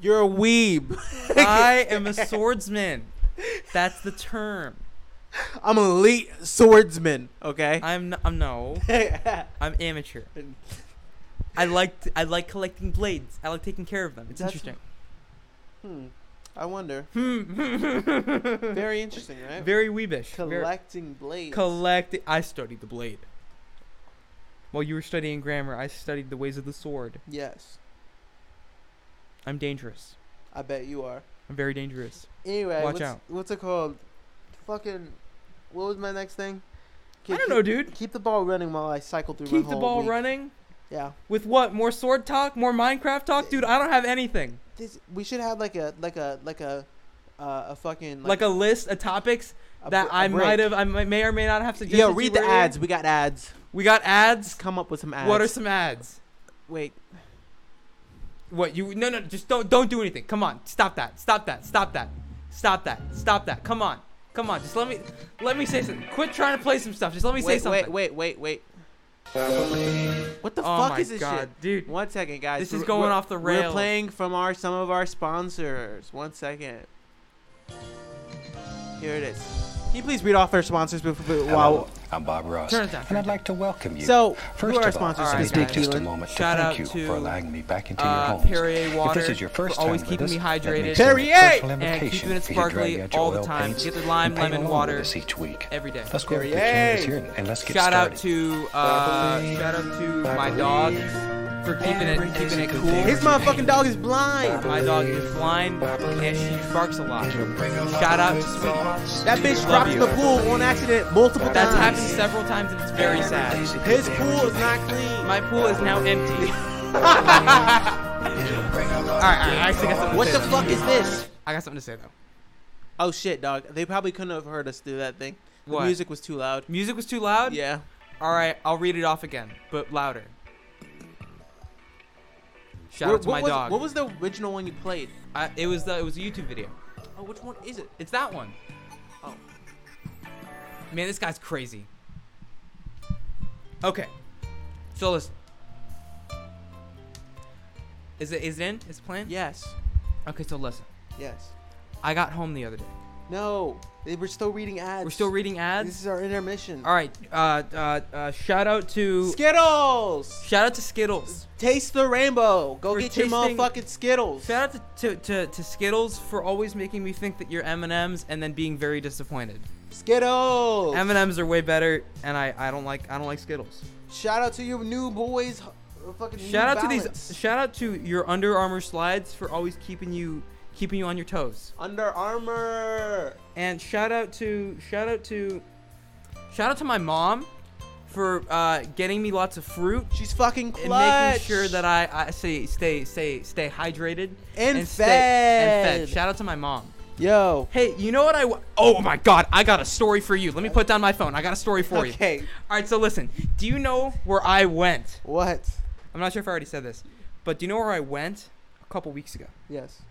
A: You're a weeb.
B: I am a swordsman. That's the term.
A: I'm an elite swordsman. Okay.
B: I'm n- I'm no. I'm amateur. I like t- I like collecting blades. I like taking care of them. It's
A: That's-
B: interesting.
A: hmm. I wonder.
B: Hmm.
A: Very interesting, right?
B: Very weebish. Very-
A: Collecting blades.
B: collect. I studied the blade. While you were studying grammar, I studied the ways of the sword.
A: yes,
B: I'm dangerous.
A: I bet you are.
B: I'm very dangerous.
A: Anyway,
B: Watch
A: what's,
B: out.
A: what's it called? Fucking. What was my next thing?
B: I don't know, dude.
A: Keep the ball running while I cycle through. my
B: Keep the
A: whole
B: ball
A: week.
B: running.
A: Yeah.
B: With what? More sword talk? More Minecraft talk? Dude, I don't have anything.
A: This we should have like a like a like a uh, a fucking
B: Like, a list of topics
A: a
B: that
A: br- a
B: I
A: break.
B: might have, I might- may or may not have suggested.
A: Yo,
B: you
A: read the
B: earlier.
A: ads. We got ads.
B: We got ads.
A: Let's come up with some ads.
B: What are some ads?
A: Wait,
B: What you? No, no, just don't, don't do anything. Come on, stop that, stop that, stop that, stop that, stop that. Come on, come on. Just let me, let me say something. Quit trying to play some stuff. Just let me say
A: wait,
B: something.
A: wait, wait, wait, wait. What the
B: Oh
A: fuck
B: my
A: is this
B: god,
A: shit?
B: dude.
A: One second, guys.
B: This is
A: We're-
B: going
A: we're-
B: off the
A: We're
B: rails.
A: playing from our some of our sponsors. One second. Here it is. Can you please read off our sponsors before?
D: Hello,
A: Wow.
D: I'm Bob Ross,
B: Turn it down, turn
D: and
B: it
D: I'd like to welcome you.
A: So, who
D: First
A: are our
D: of all,
A: sponsors
B: Alright,
D: let me take
B: guys.
D: just a moment to
B: Shout out
D: thank you
B: to,
D: for allowing me back into your
B: Uh,
D: homes.
B: Perrier
D: if
B: water.
D: this is your first
B: for always
D: time
B: keeping
D: with
B: me
D: us, let
B: hydrated.
D: extend a
A: Perrier!
D: personal
B: And
D: invitation
B: keeping it
D: for you to
B: sparkly
D: drag out your
B: all the
D: oil
B: time.
D: paints
B: Get the lime,
D: and paint
B: lemon
D: along
B: water
D: with us each week.
B: every day.
D: Let's go over to the
A: Perrier!
D: cameras here and let's get
B: shout
D: started.
B: out to uh, shout out to my dog for keeping it keeping it cool.
A: His motherfucking dog is blind.
B: my dog is blind and she barks a lot. Shout out to Sweetie.
A: That bitch
B: Love
A: dropped in
B: you.
A: the pool on accident multiple
B: That's happened
A: times.
B: several times and it's very sad.
A: His pool is not clean.
B: My pool is now empty. Alright, alright, I actually got something
A: what
B: to
A: the
B: say.
A: fuck is this?
B: I got something to say though.
A: Oh shit, dog. They probably couldn't have heard us through that thing. The
B: What?
A: music was too loud.
B: Music was too loud?
A: Yeah.
B: Alright, I'll read it off again, but louder. Shout
A: Wh-
B: out to my
A: was,
B: dog.
A: What was the original one you played?
B: I, it was the it was a YouTube video.
A: Oh, which one is it?
B: It's that one.
A: Oh.
B: Man, this guy's crazy. Okay. So listen. Is it is it in? Is it playing?
A: Yes.
B: Okay, so listen.
A: Yes.
B: I got home the other day.
A: No, they were still reading ads.
B: We're still reading
A: This
B: ads.
A: is our intermission.
B: All right. Uh, uh, uh, shout out to
A: Skittles.
B: shout out to Skittles.
A: Taste the rainbow. Go
B: We're
A: get your
B: tasting-
A: motherfucking Skittles.
B: Shout out to, to, to, to Skittles for always making me think that you're M and M's and then being very disappointed.
A: Skittles.
B: M and M's are way better, and I, I don't like I don't like Skittles.
A: Shout out to your new boys. uh, Fucking New
B: Shout out to
A: Balance.
B: these. Shout out to your Under Armour slides for always keeping you keeping you on your toes.
A: Under Armour.
B: And shout out to shout out to shout out to my mom for uh, getting me lots of fruit
A: She's fucking
B: and
A: clutch.
B: making sure that I, I stay stay stay stay hydrated
A: And
B: stay- and
A: fed.
B: fed. Shout out to my mom.
A: Yo.
B: Hey, you know what I? W- oh my God, I got a story for you. Let me put down my phone. I got a story for you.
A: Okay.
B: All right, so listen. Do you know where I went?
A: What?
B: I'm not sure if I already said this, but do you know where I went a couple weeks ago?
A: Yes.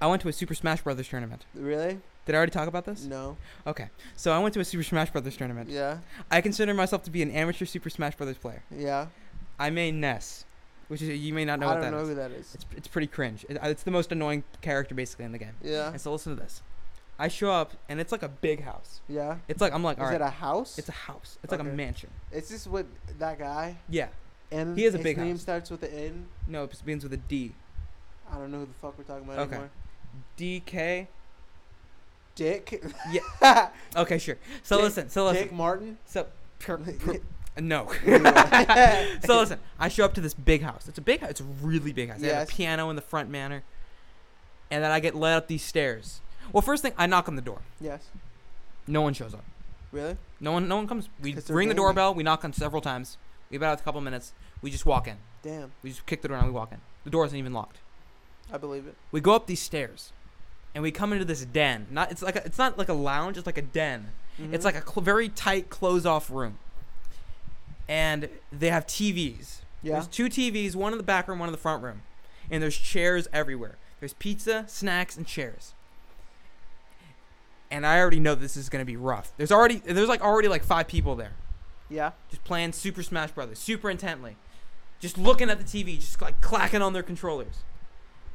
B: I went to a Super Smash Brothers tournament.
A: Really?
B: Did I already talk about this?
A: No.
B: Okay. So I went to a Super Smash Brothers tournament.
A: Yeah.
B: I consider myself to be an amateur Super Smash Brothers player.
A: Yeah.
B: I may Ness, which is you may not know
A: I
B: what
A: don't
B: that
A: know
B: is.
A: who that is.
B: It's it's pretty cringe. It- it's the most annoying character basically in the game.
A: Yeah.
B: And so listen to this. I show up and it's like a big house.
A: Yeah.
B: It's like I'm like all
A: is
B: right.
A: it a house?
B: it's a house. It's like a
A: Okay.
B: mansion.
A: Is this what that guy?
B: Yeah.
A: And
B: He has a
A: his
B: big
A: name
B: house.
A: starts with an N.
B: No, it begins with a D.
A: I don't know who the fuck we're talking about
B: Okay.
A: anymore.
B: D K.
A: Dick.
B: Okay, sure. So
A: Dick-
B: listen. So listen.
A: Dick Martin.
B: So per, per, no.
A: Anyway.
B: so listen, I show up to this big house. It's a big house. It's a really big house. They have a
A: Yes.
B: piano in the front manor, and then I get led up these stairs. Well, first thing, I knock on the door.
A: yes.
B: No one shows up.
A: Really?
B: No one. No one comes. We
A: 'Cause they're
B: ring the
A: gaming.
B: doorbell. We knock on several times. We about a couple minutes. We just walk in.
A: Damn.
B: We just kick the door down. We walk in. The door isn't even locked.
A: I believe it.
B: We go up these stairs, and we come into this den. Not. It's like. A, it's not like a lounge. It's like a den.
A: Mm-hmm.
B: It's like a cl- very tight, close-off room. And they have TVs.
A: Yeah.
B: There's two TVs, one in the back room, one in the front room. And there's chairs everywhere. There's pizza, snacks, and chairs. And I already know this is gonna be rough. There's already there's like already like five people there.
A: Yeah.
B: Just playing Super Smash Brothers, super intently. Just looking at the TV, just like clacking on their controllers.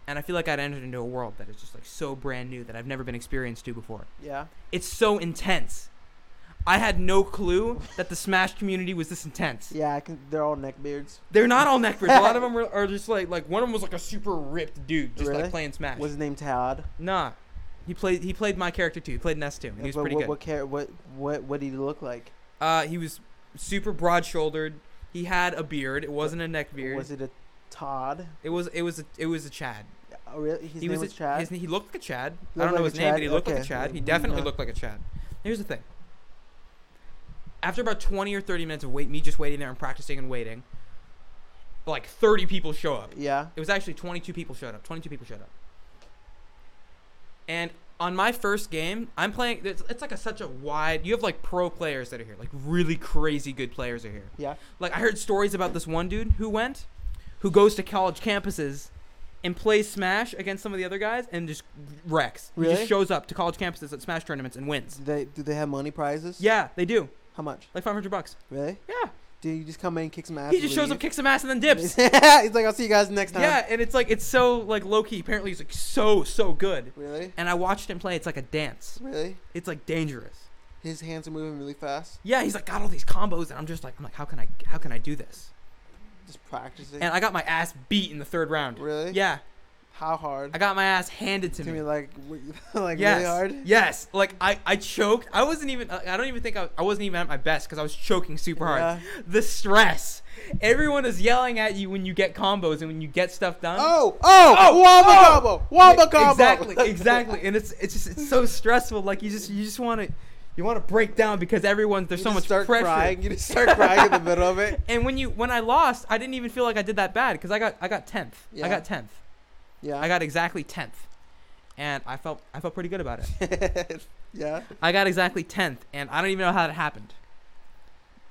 B: And I feel like I'd entered into a world that is just like so brand new that I've never been experienced to before
A: Yeah.
B: it's so intense. I had no clue that the Smash community was this intense.
A: Yeah. I can, they're all neckbeards.
B: They're not all neckbeards. A lot of them are, are just like like one of them was like a super ripped dude just
A: Really?
B: like playing Smash.
A: Was his name Todd?
B: nah, he played he played my character too. He played Ness too. and He was
A: what,
B: pretty
A: what,
B: good.
A: What, char- what what what did he look like?
B: Uh, he was super broad shouldered. He had a beard. It wasn't a neck beard.
A: Was it a Todd?
B: It was it was a, it was a Chad.
A: Oh, really? His
B: he
A: name
B: was,
A: was
B: a,
A: Chad.
B: his- he looked like a Chad. I
A: Looked
B: don't know
A: like
B: his
A: a
B: name,
A: Chad?
B: but he looked like a
A: Okay.
B: Chad. He
A: Mm,
B: definitely
A: yeah.
B: looked like a Chad. Here's the thing. After about 20 or 30 minutes of wait, me just waiting there and practicing and waiting, like 30 people show up.
A: yeah.
B: It was actually 22 people showed up. 22 people showed up. And on my first game, I'm playing. It's, it's like a such a wide. You have like pro players that are here, like really crazy good players are here.
A: Yeah.
B: Like I heard stories about this one dude who went, who goes to college campuses, and plays Smash against some of the other guys and just wrecks. He
A: Really?
B: just shows up to college campuses at Smash tournaments and wins.
A: Do they do they have money prizes?
B: Yeah, they do.
A: How much?
B: Like 500 bucks.
A: Really?
B: Yeah.
A: Do you just come in, kick some ass?
B: He
A: and
B: just shows up,
A: leave?
B: kicks some ass, and then dips.
A: He's like, I'll see you guys next time.
B: Yeah, and it's like it's so like low key. Apparently, he's like so so good.
A: Really?
B: And I watched him play. It's like a dance.
A: Really?
B: It's like dangerous.
A: His hands are moving really fast.
B: Yeah, he's like got all these combos, and I'm just like, I'm like, how can I how can I do this?
A: Just practicing.
B: And I got my ass beat in the third round.
A: really?
B: Yeah,
A: How hard?
B: I got my ass handed to,
A: to
B: me.
A: me, like, w- like
B: yes,
A: really hard.
B: yes. Like I, I choked. I wasn't even. I I don't even think I, I wasn't even at my best because I was choking super hard. Um,
A: Yeah.
B: The stress. Everyone is yelling at you when you get combos and when you get stuff done.
A: Oh, oh,
B: Oh,
A: Wamba
B: oh!
A: combo, Wamba
B: E-
A: combo.
B: Exactly, exactly. And it's it's just it's so stressful. Like you just you just want to you want to break down because everyone there's
A: You
B: so
A: just
B: much
A: start
B: pressure.
A: crying. You just start crying in the middle of it.
B: And when you when I lost, I didn't even feel like I did that bad because I got I got tenth.
A: Yeah.
B: I got tenth.
A: Yeah.
B: I got exactly tenth, and I felt I felt pretty good about it.
A: yeah.
B: I got exactly tenth, and I don't even know how that happened.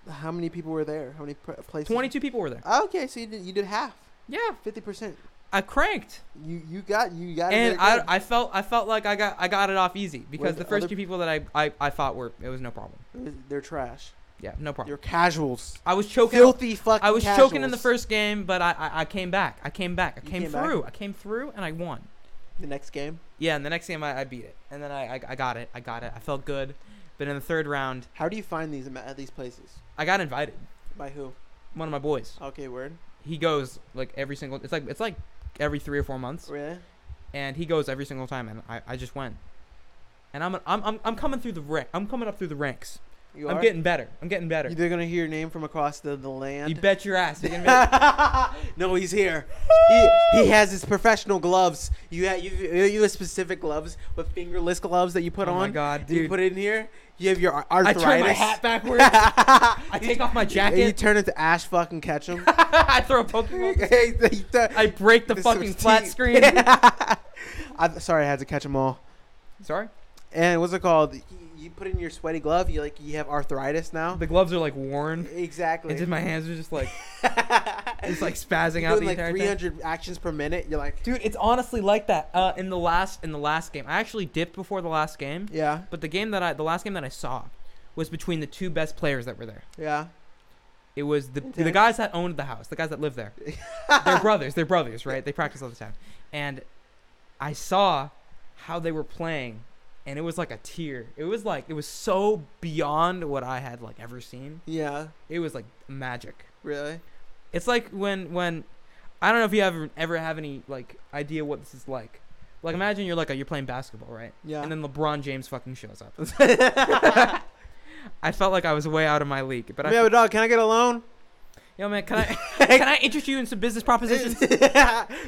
A: How many people were there? How many pr- places?
B: Twenty-two people were there.
A: Okay, so you did you did half,
B: Yeah,
A: fifty percent.
B: I cranked,
A: You you got you got.
B: and I, I felt I felt like I got I got it off easy because
A: the
B: the first
A: other-
B: two people that I, I I fought were it was no problem.
A: they're trash.
B: Yeah, no problem.
A: You're casuals.
B: I was choking.
A: Filthy fucking.
B: I was
A: casuals.
B: choking in the first game, but I, I I came back. I came back. I
A: You
B: came,
A: came back?
B: through. I came through and I won.
A: the next game?
B: Yeah, and the next game I, I beat it, and then I, I I got it, I got it, I felt good. But in the third round,
A: How do you find these ma- at these places?
B: I got invited.
A: By who?
B: One of my boys,
A: Okay, word.
B: he goes like every single. It's like it's like every three or four months,
A: Really?
B: and he goes every single time, and I, I just went. And I'm, I'm I'm I'm coming through the rank. I'm coming up through the ranks.
A: You
B: I'm
A: are?
B: getting better. I'm getting better.
A: You- They're gonna hear your name from across the, the
B: You
A: land.
B: bet your ass. You're gonna be like,
A: no, he's here. He, he has his professional gloves. You have you, you have specific gloves with fingerless gloves that you put
B: oh
A: on.
B: my god,
A: You
B: dude.
A: put it in here. You have your ar-
B: I
A: arthritis.
B: turn my hat backwards. I take off my
A: And you
B: jacket.
A: turn into Ash fucking Ketchum.
B: I throw a Pokemon. I break the fucking flat screen.
A: I'm sorry, I had to catch them all.
B: Sorry.
A: And what's it called? You- You put in your sweaty glove. You like you have arthritis now. E,
B: The gloves are like worn,
A: exactly.
B: and just my hands are just like
A: it's
B: it's like spazzing
A: you're
B: out the
A: doing like
B: entire
A: 300 actions per minute. You're like,
B: Dude, it's honestly like that. Uh, in the last in the last game, I actually dipped before the last game,
A: yeah,
B: but the game that I the last game that I saw was between the two best players that were there.
A: yeah.
B: It was the
A: Okay.
B: the guys that owned the house, the guys that live there. they're brothers. They're brothers, right? They practice all the time. And I saw how they were playing, and it was like a tear. It was like it was so beyond what I had like ever seen.
A: Yeah,
B: It was like magic.
A: really?
B: It's like when when I don't know if you ever ever have any like idea what this is like. Like imagine you're like a, you're playing basketball, right?
A: Yeah.
B: And then LeBron James fucking shows up. I felt like I was way out of my league, but I,
A: Yo, dog, can I get a loan?
B: yo man, can I can I interest you in some business propositions?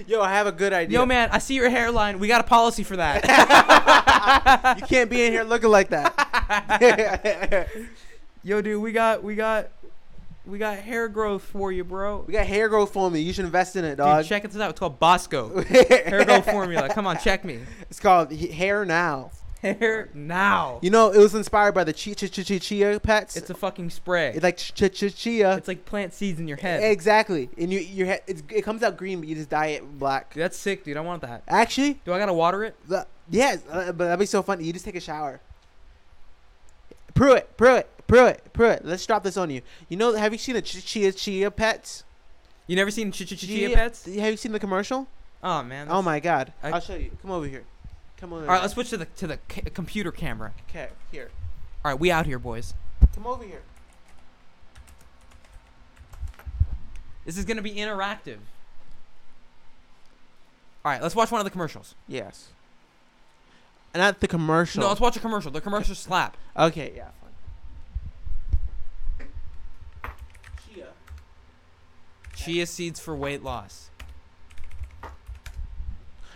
A: Yo, I have a good idea.
B: Yo man, I see your hairline. We got a policy for that.
A: you can't be in here looking like that.
B: Yo dude, we got we got we got hair growth for you, bro.
A: we got hair growth formula. You should invest in it, dog.
B: Dude, check this out. It's called Bosco. hair growth formula. Come on, check me.
A: It's called H- Hair Now.
B: Hair now.
A: You know, it was inspired by the chi chi chi chi chia pets.
B: It's a fucking spray.
A: It's like chi chi chia.
B: It's like plant seeds in your head.
A: Exactly. And you, your head, it's, it comes out green, but you just dye it black.
B: Dude, that's sick, dude. I want that.
A: Actually,
B: Do I gotta water it?
A: the, yes, uh, but that'd be so funny. You just take a shower. Pruitt, Pruitt, Pruitt, Pruitt. Let's drop this on you. You know, have you seen the chi chia chia pets?
B: You never seen ch- ch- ch- chia
A: Chia-
B: pets?
A: Have you seen the commercial?
B: Oh man.
A: Oh my god.
B: I-
A: I'll show you. Come over here. Come over.
B: All right, let's switch to the to the c- computer camera.
A: Okay, here.
B: All right, we out here, boys.
A: Come over here.
B: This is gonna be interactive. All right, let's watch one of the commercials.
A: Yes. Not the commercial.
B: No, let's watch a commercial. The commercial slap.
A: okay, yeah. fine. Chia.
B: Chia seeds for weight loss.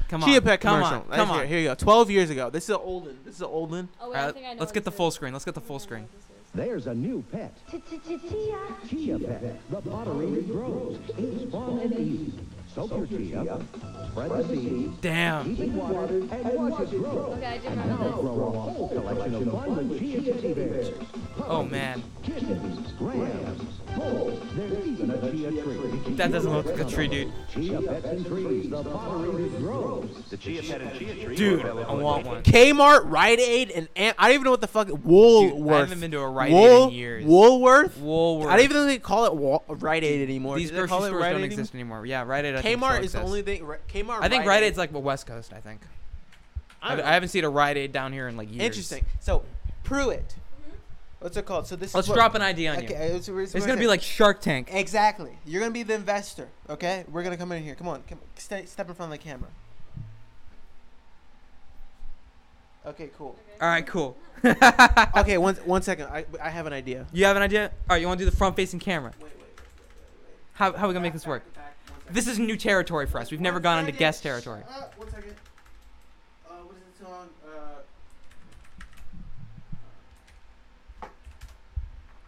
B: Come on.
A: Chia pet
B: come
A: commercial.
B: on.
A: Let's
B: Come
A: hear it.
B: on.
A: Here you go. Twelve years ago. This is an old one. This is an old one.
C: Oh,
B: All
C: wait, I think I
B: right, Uh,
C: know
B: let's
C: what
B: get the
C: this
B: full
C: is.
B: screen. Let's get the
C: I
B: full
C: think I know
B: screen.
C: what this is.
E: There's a new pet, Chia Pet. The pottery grows. It's fun and easy. Soak your chia, spread the seeds,
B: Damn.
E: keep it watered, and watch it grow.
C: Okay, I do
E: Now
C: remember this.
E: grow a whole collection of fun with chia teddy bears.
B: Oh man,
E: Kittens, grams, bulls. There's even a chia tree.
B: that doesn't look like a tree, dude.
E: Chia Pets and Trees. The pottery grows.
D: The Chia Pet and Chia Tree.
B: Dude, I want one.
A: Kmart, Rite Aid, and Am- I don't even know what the fuck Woolworth.
B: Dude, I haven't been to a Rite Aid in
A: Wool-
B: years.
A: Woolworth.
B: Woolworth.
A: I don't even think they call it Wal- Rite Aid anymore.
B: These
A: Do they
B: grocery
A: call
B: stores
A: it Rite
B: don't
A: Aid
B: exist anymore. Yeah, Rite Aid. I think,
A: anymore? Kmart
B: still
A: is the
B: exists.
A: only thing. Ri- Kmart.
B: I think
A: Rite
B: Rite Aid's like the West Coast. I think.
A: I don't
B: I,
A: know.
B: I haven't seen a Rite Aid down here in like years.
A: Interesting. So, Pruitt. What's it called? So this.
B: Let's
A: is what-
B: drop an idea on you.
A: Okay, it's, it's,
B: It's gonna be like Shark Tank.
A: Exactly. You're gonna be the investor. Okay. We're gonna come in here. Come on. Come, stay, step in front of the camera. Okay. Cool.
B: All right, cool.
A: Okay. One. One second. I. I have an idea.
B: You have an idea? All right, you want to do the front-facing camera? How how are we gonna make this work? This is new territory for us. We've never gone into guest territory.
A: Uh, one second. Uh, what is the song? Uh,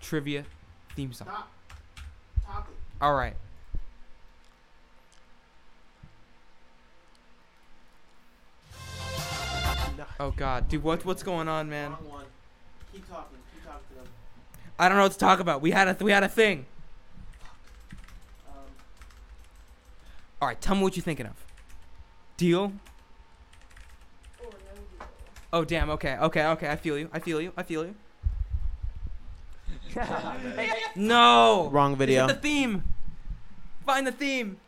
B: Trivia, theme song.
A: top. Topic.
B: All right.
A: No.
B: Oh God, dude, what what's going on, man?
A: Wrong one. Keep talking. Keep talking to them.
B: I don't know what to talk about. We had a we had a thing.
A: Um,
B: All right, tell me what you're thinking of. Deal? Oh damn. Okay. Okay. Okay. I feel you. I feel you. I feel you. no.
A: Wrong
B: Is it
A: video.
B: The theme. Find the theme.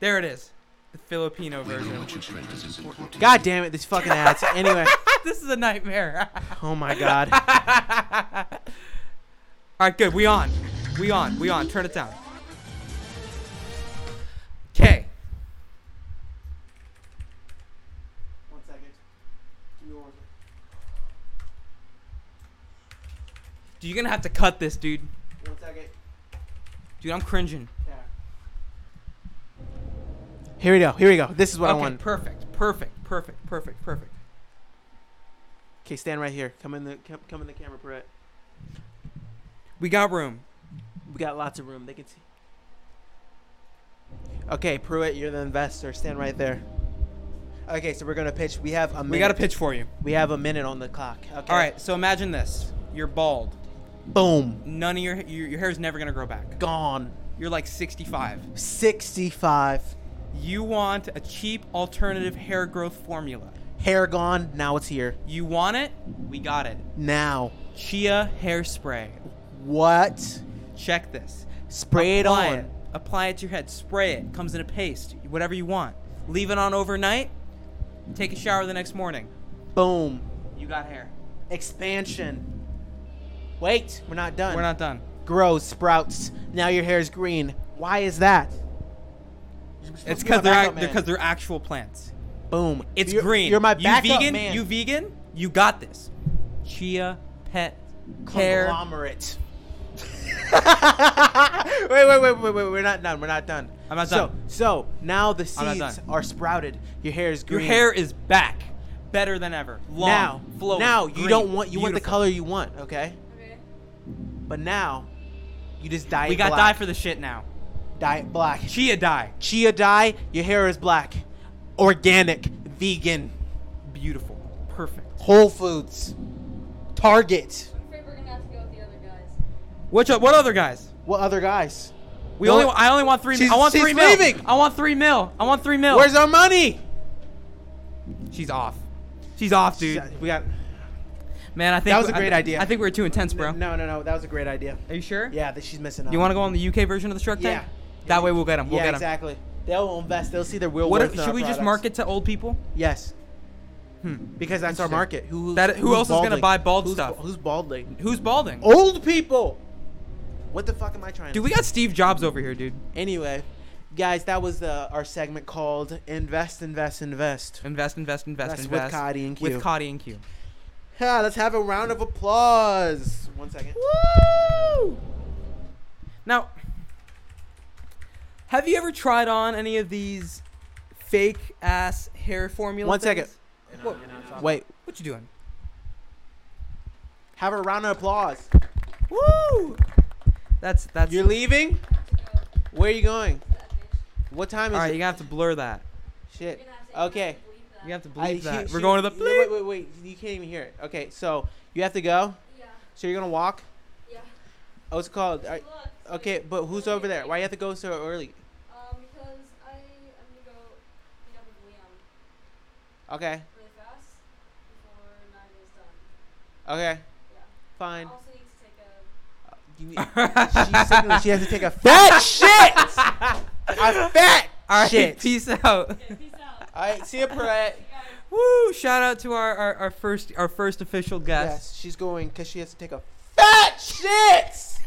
B: There it is. The Filipino version.
D: what you print is important.
A: God damn it, these fucking ads. Anyway,
B: this is a nightmare.
A: oh my god.
B: All right, good. We on. We on. We on. Turn it down. Okay.
A: One second. Give me one second.
B: Dude, you're gonna have to cut this, dude.
A: One second.
B: Dude, I'm cringing.
A: Yeah. Here we go. Here we go. This is what I
B: okay,
A: want.
B: perfect, perfect, perfect, perfect, perfect.
A: okay, stand right here. Come in the come, come in the camera, Brett.
B: We got room.
A: We got lots of room. They can see. Okay, Pruitt, you're the investor. Stand right there. Okay, so we're gonna pitch. We have a minute.
B: We got a pitch for you.
A: We have a minute on the clock. Okay.
B: All right. So imagine this. You're bald.
A: Boom.
B: None of your your, your hair's never gonna grow back.
A: Gone.
B: You're like 65.
A: Sixty-five.
B: You want a cheap alternative hair growth formula.
A: Hair gone. Now it's here.
B: You want it? We got it.
A: Now.
B: Chia hairspray.
A: What?
B: Check this.
A: Spray it
B: Apply
A: on.
B: It. Apply it to your head. Spray it. Comes in a paste. Whatever you want. Leave it on overnight. Take a shower the next morning.
A: Boom.
B: You got hair.
A: Expansion. Wait, we're not done.
B: We're not done.
A: grows, sprouts. Now your hair is green. Why is that?
B: It's
A: You're
B: because
A: my
B: they're
A: backup
B: act-
A: man.
B: because they're actual plants.
A: boom.
B: It's
A: You're-
B: green.
A: You're my
B: you
A: backup
B: vegan.
A: man.
B: You vegan. You got this. Chia pet hair.
A: conglomerate. wait, wait, wait, wait, wait. We're not done. We're not done.
B: I'm not
A: so,
B: done.
A: So now the
B: I'm not
A: seeds
B: done.
A: are sprouted. Your hair is
B: Your
A: green.
B: hair is back, better than ever. Long,
A: now.
B: flowing,
A: now you
B: green,
A: don't want you want the
B: beautiful.
A: color you want, okay? But now you just dye.
B: We
A: it
B: got
A: black.
B: dye for the shit now.
A: dye it black.
B: Chia dye,
A: Chia dye. Your hair is black. Organic, vegan.
B: beautiful, perfect.
A: Whole Foods, Target.
C: I'm afraid we're gonna have to go with the other guys.
B: Which uh, what other guys?
A: What other guys?
B: We
A: Don't-
B: only I only want three.
A: She's-
B: I want
A: she's
B: three mil.
A: leaving.
B: I want three mil. I want three mil.
A: Where's our money?
B: She's off. She's off, dude.
A: We got.
B: Man, I think
A: That was a
B: I
A: great
B: thi-
A: idea.
B: I think we were too intense, bro.
A: No, no, no. That was a great idea.
B: Are you sure?
A: Yeah, that she's missing out.
B: You want to go on the UK version of the Shark Tank?
A: Yeah.
B: That way we'll get them. We'll
A: yeah,
B: get them.
A: exactly. They'll invest. They'll see their real
B: What
A: worth.
B: if,
A: in our
B: should we just
A: products.
B: market to old people?
A: Yes,
B: Hmm.
A: because that's our
B: Interesting.
A: market. Who
B: That- who
A: who's
B: else is gonna
A: balding?
B: buy bald
A: who's,
B: stuff?
A: Who's balding?
B: Who's balding?
A: Old people. What the fuck am I trying? to
B: Dude, we got Steve Jobs over here, dude.
A: Anyway, guys, that was uh, our segment called "Invest, Invest, Invest."
B: Invest, invest, invest,
A: That's with
B: invest.
A: Cotty and Q.
B: With Cotty and Q.
A: Yeah, let's have a round of applause. One second.
B: Woo! Now, have you ever tried on any of these fake ass hair formula?
A: One
B: One
A: second.
B: second.
A: Wait,
B: What you doing?
A: have a round of applause.
B: Woo! That's that's.
A: You're leaving? Where are you going? What time is
B: All right,
A: it?
B: you're gonna have to blur that.
A: Shit. Okay.
B: You have to
A: I-
B: bleep that.
A: she-
B: We're
A: she-
B: going to the
A: no,
B: bleep.
A: Wait, wait, wait. You can't even hear it. Okay, so you have to go.
C: Yeah.
A: So you're gonna walk.
C: Yeah.
A: Oh, it's called. Are- okay, but who's over there? Why you have to go so early?
C: Um, because I am gonna go meet up with Liam
A: Okay.
C: really fast before nine is done.
A: Okay.
C: Yeah. I
A: Fine.
C: also need to take a.
A: You need- she's signaling she has to take a fat shit. a fat
B: All right,
A: shit.
B: peace out.
C: Okay, peace out.
A: All right. See you, Brett.
B: Woo! Shout out to our, our, our first our first official guest.
A: Yes, she's going because she has to take a fat shit.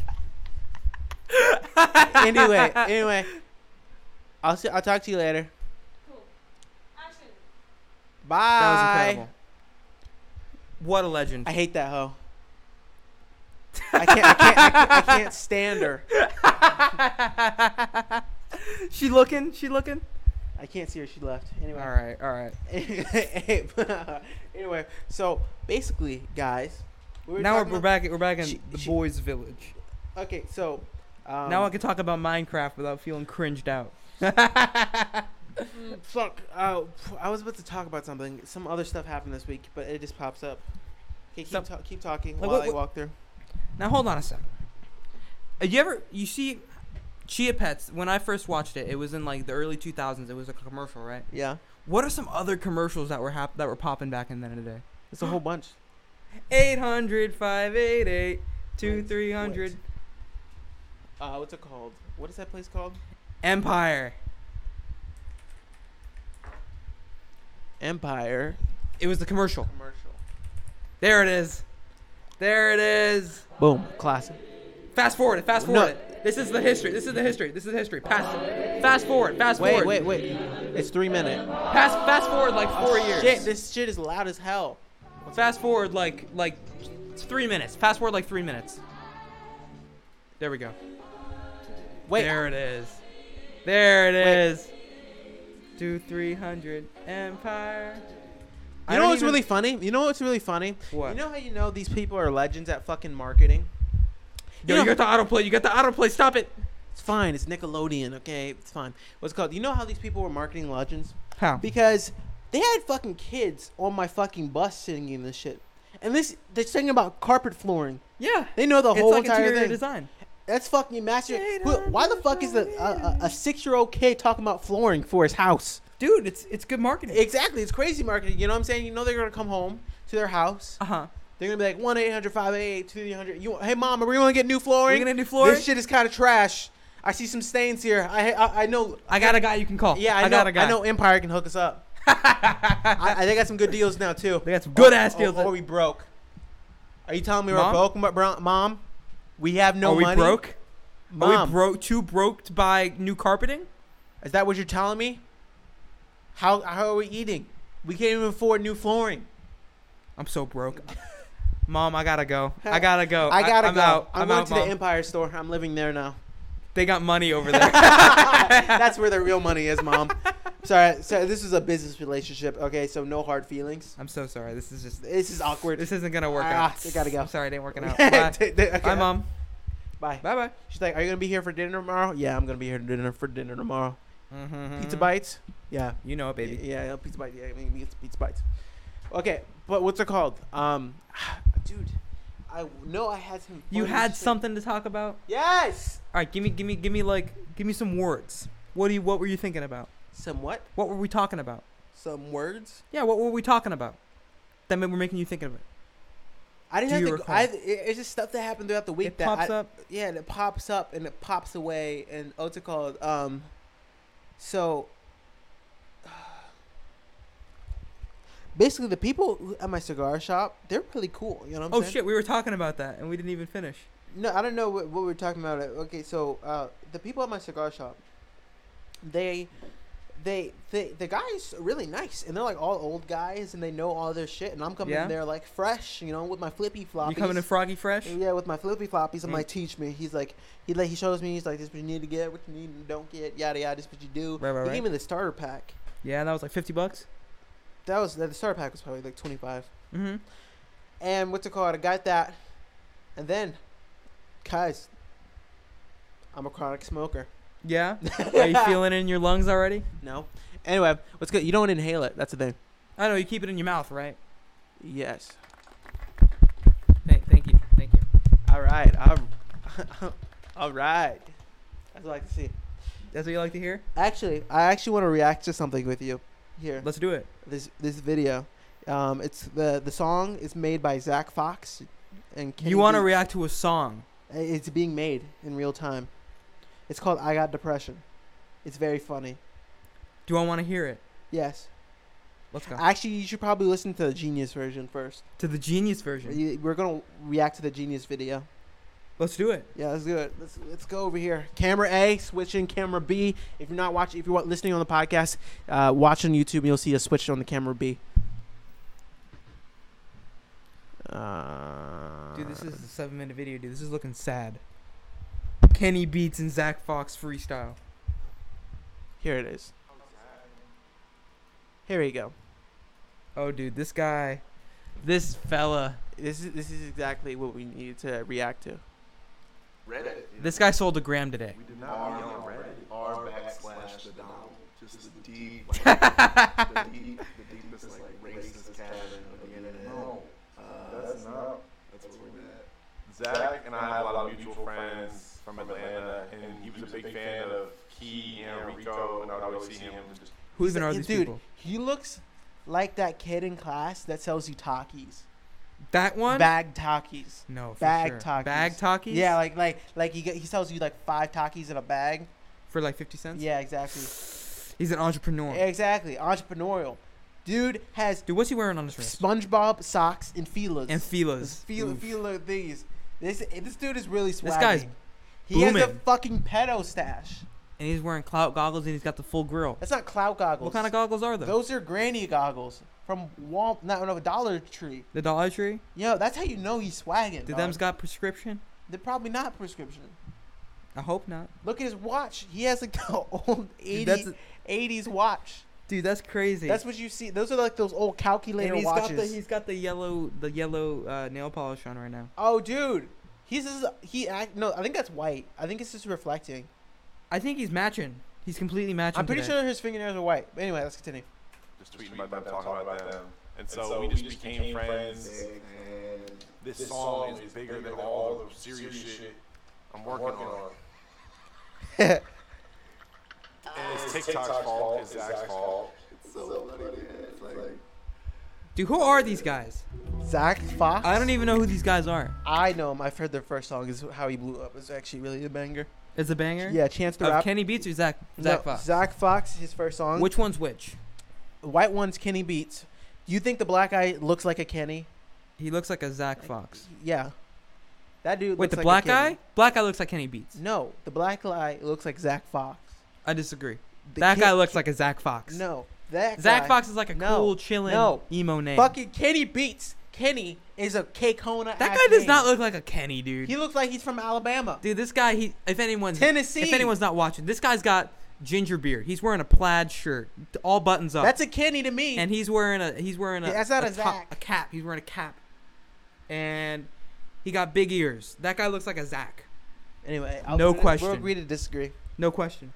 A: anyway, anyway, I'll see, I'll talk to you later.
C: Cool. Action.
A: Bye.
B: That was incredible. What a legend.
A: I hate that hoe. I can't. I can't. I can't, I can't stand her.
B: she looking? She looking?
A: I can't see her. She left. Anyway.
B: All right, all right.
A: anyway, so basically, guys, we were
B: now we're,
A: talking
B: we're
A: about-
B: back. We're back in
A: She-
B: the
A: she-
B: boys' village.
A: Okay, so um,
B: now I can talk about Minecraft without feeling cringed out.
A: Fuck. Uh, I was about to talk about something. Some other stuff happened this week, but it just pops up. Okay, keep,
B: So-
A: ta- keep talking
B: Like,
A: while
B: what-
A: I
B: what-
A: walk through.
B: Now hold on a sec. Uh, You ever you see Chia Pets? When I first watched it, it was in like the early 2000s. It was like a commercial, right?
A: Yeah,
B: What are some other commercials that were hap- that were popping back in the end of the day?
A: it's a whole bunch.
B: 800 588
A: Wait, wait. Uh, what's it called? What is that place called?
B: Empire.
A: Empire
B: It was the commercial.
A: commercial.
B: There it is. There it is.
A: Boom, classic.
B: Fast forward it. Fast
A: No.
B: forward it. This is the history. This is the history. This is the history. Pass it. Fast forward. Fast
A: Wait,
B: forward.
A: wait, wait. It's three minute.
B: Pass. Fast forward like four years.
A: Shit, this shit is loud as hell.
B: Fast forward like like three minutes. Fast forward like three minutes. There we go.
A: Wait,
B: There it is. There it
A: Wait.
B: is. Do three hundred empire.
A: you know what's really funny? You know what's really funny?
B: What?
A: You know how you know these people are legends at fucking marketing? you
B: Yo, you
A: know-
B: got the autoplay. You got the autoplay. Stop it.
A: It's fine. It's Nickelodeon. Okay, it's fine. What's it called? You know how these people were marketing legends?
B: How?
A: Because they had fucking kids on my fucking bus singing this shit, and this they're singing about carpet flooring.
B: Yeah.
A: They know the
B: it's
A: whole
B: like
A: entire
B: interior
A: thing.
B: design.
A: That's fucking master.
B: They
A: Who-
B: don't
A: Why the fuck is a, a, a six year old kid talking about flooring for his house?
B: Dude, it's it's good marketing.
A: Exactly. It's crazy marketing. You know what I'm saying? You know they're gonna come home to their house.
B: uh huh.
A: They're gonna be like one 800 You hey mom, are we gonna get new flooring?
B: We're gonna do flooring?
A: This shit is kind of trash. I see some stains here. I I, I know.
B: I got a guy you can call.
A: Yeah, I, know,
B: got a guy.
A: I know Empire can hook us up. I, I, they got some good deals now too.
B: They got some good-ass
A: Or-
B: deals.
A: Or, Oh, we broke. Are you telling me
B: Mom?
A: we're broke, m- bro- mom? We have no
B: Are we
A: money.
B: broke? Are
A: Mom,
B: we broke? Too broke to buy new carpeting?
A: is that what you're telling me? How how are we eating? We can't even afford new flooring.
B: I'm so broke. Mom, I gotta go. Oh, I gotta go.
A: I gotta
B: I'm
A: go.
B: Out.
A: I'm,
B: I'm,
A: going
B: out,
A: to
B: Mom.
A: the Empire store. I'm living there now.
B: They got money over there.
A: That's where the real money is, mom. sorry, sorry. This is a business relationship. Okay, so no hard feelings.
B: I'm so sorry. This is just.
A: This is awkward.
B: This isn't gonna work
A: Ah,
B: out.
A: I gotta go.
B: I'm sorry, it ain't working out. Bye,
A: Okay.
B: Bye mom.
A: Bye.
B: Bye, bye.
A: She's like, "Are you gonna be here for dinner tomorrow?" Yeah, I'm gonna be here for dinner for dinner tomorrow. Pizza bites. Yeah,
B: You know it,
A: Y-
B: Mm-hmm. baby.
A: Yeah, yeah, pizza bites. Yeah, I mean, we get some pizza bites. Okay, but what's it called? Um, dude, I know I had some.
B: You
A: funny
B: had
A: shit.
B: something to talk about.
A: Yes.
B: All right, give me, give me, give me like, give me some words. What do you? What were you thinking about?
A: Some what?
B: What were we talking about?
A: Some words.
B: Yeah, what were we talking about? That made- we're making you think of it.
A: I didn't
B: Do you
A: have to. Go,
B: recall?
A: I, it- it's just stuff that happened throughout the week.
B: It
A: that
B: pops
A: I-
B: up.
A: Yeah, and it pops up and it pops away and oh, what's it called? Um, so basically, the people who- at my cigar shop they're really cool. You know what I'm
B: Oh
A: saying?
B: shit, we were talking about that and we didn't even finish.
A: No, I don't know what, what we we're talking about. Okay, so uh, the people at my cigar shop, they, they, they, the guys are really nice, and they're like all old guys, and they know all their shit. And I'm coming
B: Yeah.
A: in there like fresh, you know, with my flippy floppies.
B: You coming in froggy fresh?
A: Yeah, with my flippy floppies, I'm
B: Mm.
A: like, teach me. He's like, he like he shows me. He's like, this is what you need to get, what you need and don't get, yada yada. This is what you do.
B: Right, right,
A: he
B: right.
A: gave me the starter pack.
B: Yeah, that was like fifty bucks.
A: That was the starter pack was probably like 25.
B: Mm-hmm.
A: And what's it called? I got that, and then, guys, I'm a chronic smoker.
B: Yeah. Are you feeling it in your lungs already?
A: No. Anyway, what's good? You don't inhale it. That's the thing.
B: I know you keep it in your mouth, right?
A: Yes.
B: Thank, thank you, thank you.
A: All right. I'm, all right. That's what I like to see.
B: That's what you like to hear.
A: Actually, I actually want to react to something with you. Here.
B: Let's do it.
A: this this video. Um, it's the the song is made by Zach Fox, and Kenny
B: you want to
A: G-
B: react to a song?
A: It's being made in real time. It's called "I Got Depression." It's very funny.
B: Do I want to hear it?
A: Yes,
B: Let's go
A: actually, you should probably listen to the Genius version first.
B: to the genius version.
A: You- We're gonna react to the Genius video.
B: Let's do it.
A: Yeah, let's do it. Let's let's go over here. Camera A, switch in camera B. If you're not watching, if you're wa- listening on the podcast, uh, watch on YouTube, and you'll see a switch on the camera B. Uh,
B: Dude, this is a seven-minute video. Dude, this is looking sad. Kenny Beats and Zach Fox freestyle.
A: Here it is. Here we go.
B: Oh, dude, this guy, this fella,
A: This is this is exactly what we need to react to.
B: this guy sold a gram today.
F: R backslash the Dom. Just the deep, like, the deep, the deepest like racist canon of the internet. No, that's not. That's where we're at.
G: Zach and I have a lot of mutual friends from Atlanta, and he was a big fan of Key and Rico, and I'd always see him just
B: Who
A: He's
B: even are
A: like,
B: these
A: dude,
B: people?
A: he looks like that kid in class that sells you Takis.
B: That one?
A: Bag Takis.
B: no, for
A: Bag
B: sure.
A: Takis.
B: Bag Takis?
A: Yeah, like like like he get- he sells you like five Takis in a bag.
B: for like 50 cents?
A: Yeah, exactly.
B: He's an entrepreneur.
A: Exactly. Entrepreneurial. Dude has
B: Dude, what's he wearing on his wrist?
A: SpongeBob socks and feelers.
B: And feelers.
A: Feel,
B: Oof.
A: feeler things. This this dude is really swaggy.
B: This guy's
A: he has a
B: booming.
A: fucking pedo stash.
B: And he's wearing clout goggles and he's got the full grill.
A: That's not clout goggles.
B: What kind of goggles are those?
A: Those are granny goggles from Walmart. Not no Dollar Tree.
B: The Dollar Tree?
A: Yo, that's how you know he's swagging.
B: Did
A: dog.
B: them's got prescription?
A: They're probably not prescription.
B: I hope not.
A: Look at his watch. He has like the old 80,
B: Dude, that's a-
A: 80s watch.
B: Dude, that's crazy.
A: That's what you see. Those are like those old calculator
B: and he's
A: watches.
B: got the he's got the yellow the yellow uh, nail polish on right now.
A: oh, dude. He's just, he act, no. I think that's white. I think it's just reflecting.
B: I think he's matching. He's completely matching.
A: I'm pretty
B: today.
A: sure his fingernails are white. But anyway, let's continue.
G: Just tweeting about them, talking about them. And so we just became friends. This song is bigger than all the serious shit I'm working on. And it's TikTok's fault, it's Zach's fault.
B: Dude, who are these guys?
A: Zach Fox.
B: I don't even know who these guys are.
A: I know him. I've heard their first song. Is how he blew up. It's actually really a banger.
B: It's a banger.
A: Yeah, Chance the
B: Of
A: Rapper.
B: Kenny Beats or Zach
A: No,
B: Zach Fox.
A: Zach Fox. His first song.
B: Which one's which?
A: white one's Kenny Beats. Do you think the black guy looks like a Kenny?
B: He looks like a Zach Fox.
A: Yeah. That dude. looks
B: Wait, the
A: like a
B: black
A: Kenny.
B: guy? Black guy looks like Kenny Beats.
A: No, the black guy looks like Zach Fox.
B: I disagree.
A: The
B: that
A: Ken-
B: guy looks like a Zach Fox.
A: No, that
B: Zach
A: guy-
B: Fox is like a
A: No,
B: cool, chilling
A: no.
B: emo name.
A: Fucking Kenny Beats. Kenny is a K-Kona.
B: that guy does not look like a Kenny, dude.
A: He looks like he's from Alabama.
B: Dude, this guy, he if anyone's
A: Tennessee.
B: if anyone's not watching, this guy's got ginger beard. He's wearing a plaid shirt, t- all buttons up.
A: That's a Kenny to me.
B: and he's wearing a he's wearing a
A: That's not a
B: top-
A: Zach.
B: a cap. He's wearing a cap, and he got big ears. That guy looks like a Zach.
A: anyway,
B: No
A: we'll-
B: question.
A: We'll agree to disagree.
B: No question.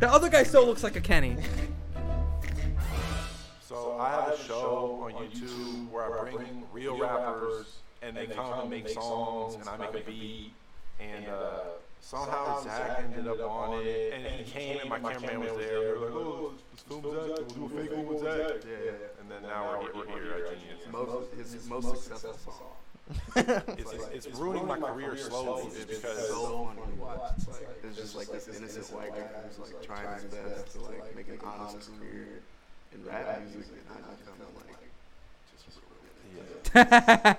B: The other guy still looks like a Kenny.
G: So I have a show on YouTube where I bring real rappers and they come and make songs and I make a beat. And uh, somehow Zach ended up on it and he came and my cameraman was there. We were like, oh, let's film Zach, let's do a fake one with Zach. Yeah, yeah. And then now we're, we're here at Genius.
F: Most, his, his most successful song.
G: It's, it's, it's ruining my career slowly because
F: so funny to watch. It's like, there's just like this innocent white guy who's like trying his best to like make an honest career in rap music and I become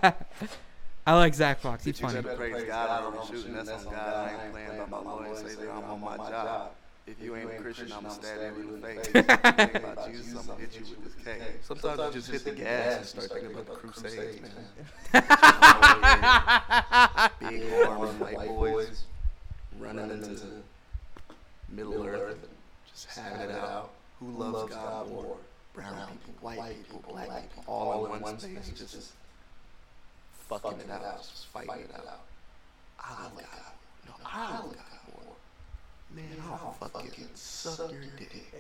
F: like just
B: I like Zach Fox. He's funny.
F: You better praise God I don't be shooting. That's on God. I ain't playing by my lawyer. Say that I'm on my job. If you ain't a Christian, I'ma stab you in the face. If you think about Jesus, I'ma hit you with this cake. Sometimes you just hit the gas and start thinking about the crusades, man. Big armed white boys running into Middle Earth and just having it out. Who loves God more? Brown people, white people, black people, all in one space, just fucking it out, just fighting it out. I love God. No, I love God more. Man, I'll fucking suck your dick.
B: I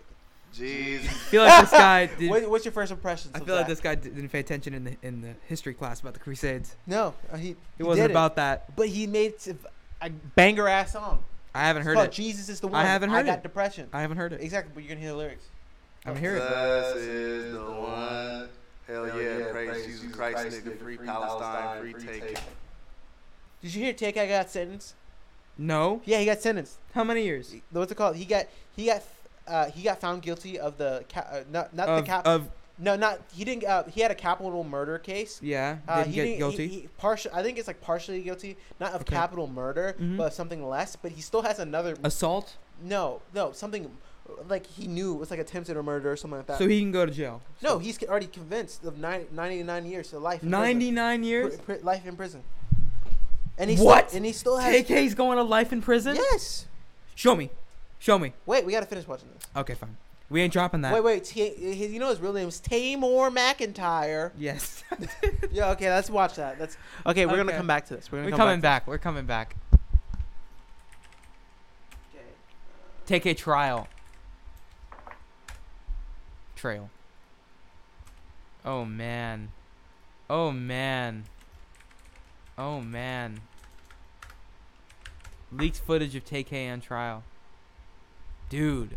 F: Jesus.
B: feel like this guy. Did,
A: What, what's your first impression?
B: I feel like this guy di- didn't pay attention in the in the history class about the Crusades.
A: No, uh, he,
B: It
A: he
B: wasn't
A: did
B: about that.
A: But he made s- a banger ass song.
B: I haven't heard
A: Fuck,
B: it.
A: Jesus is the
B: I
A: one.
B: haven't
A: I
B: heard
A: got
B: it.
A: depression.
B: I haven't heard it.
A: exactly, but you're gonna hear the lyrics.
B: I'm hearing it.
F: This is the one. Hell yeah, praise Jesus Christ, nigga. Free Palestine, free take.
A: Did you hear Take I got sentenced?
B: No.
A: Yeah, he got sentenced.
B: How many years?
A: What's it called? He got he got uh, he got found guilty of the ca- uh, not not
B: Of,
A: the cap
B: of
A: no not he didn't uh, he had a capital murder case.
B: yeah.
A: Uh,
B: Did he get guilty?
A: He, partial, I think it's like partially guilty, not of
B: Okay.
A: capital murder,
B: Mhm.
A: but of something less. But he still has another.
B: Assault.
A: no, no, something like he knew it was like attempted or murder or something like that.
B: So he can go to jail.
A: no, he's c- already convinced of nine, 99 years to life. in prison.
B: Ninety-nine years.
A: Pri- pri- life in prison. And he
B: What?
A: Still, and he still has.
B: KK's going to life in prison.
A: Yes.
B: Show me. Show me.
A: Wait, we gotta finish watching this.
B: Okay, fine. We ain't dropping that.
A: Wait, wait. T- his, you know his real name is Tamor McIntyre.
B: Yes.
A: Yeah. Okay, let's watch that. That's okay. We're gonna
B: Okay.
A: come back to this. We're gonna
B: We're
A: come
B: coming
A: back.
B: back. We're coming back. Take a trial. Trail. Oh man. Oh man. Oh man. Leaked footage of TK on trial. Dude.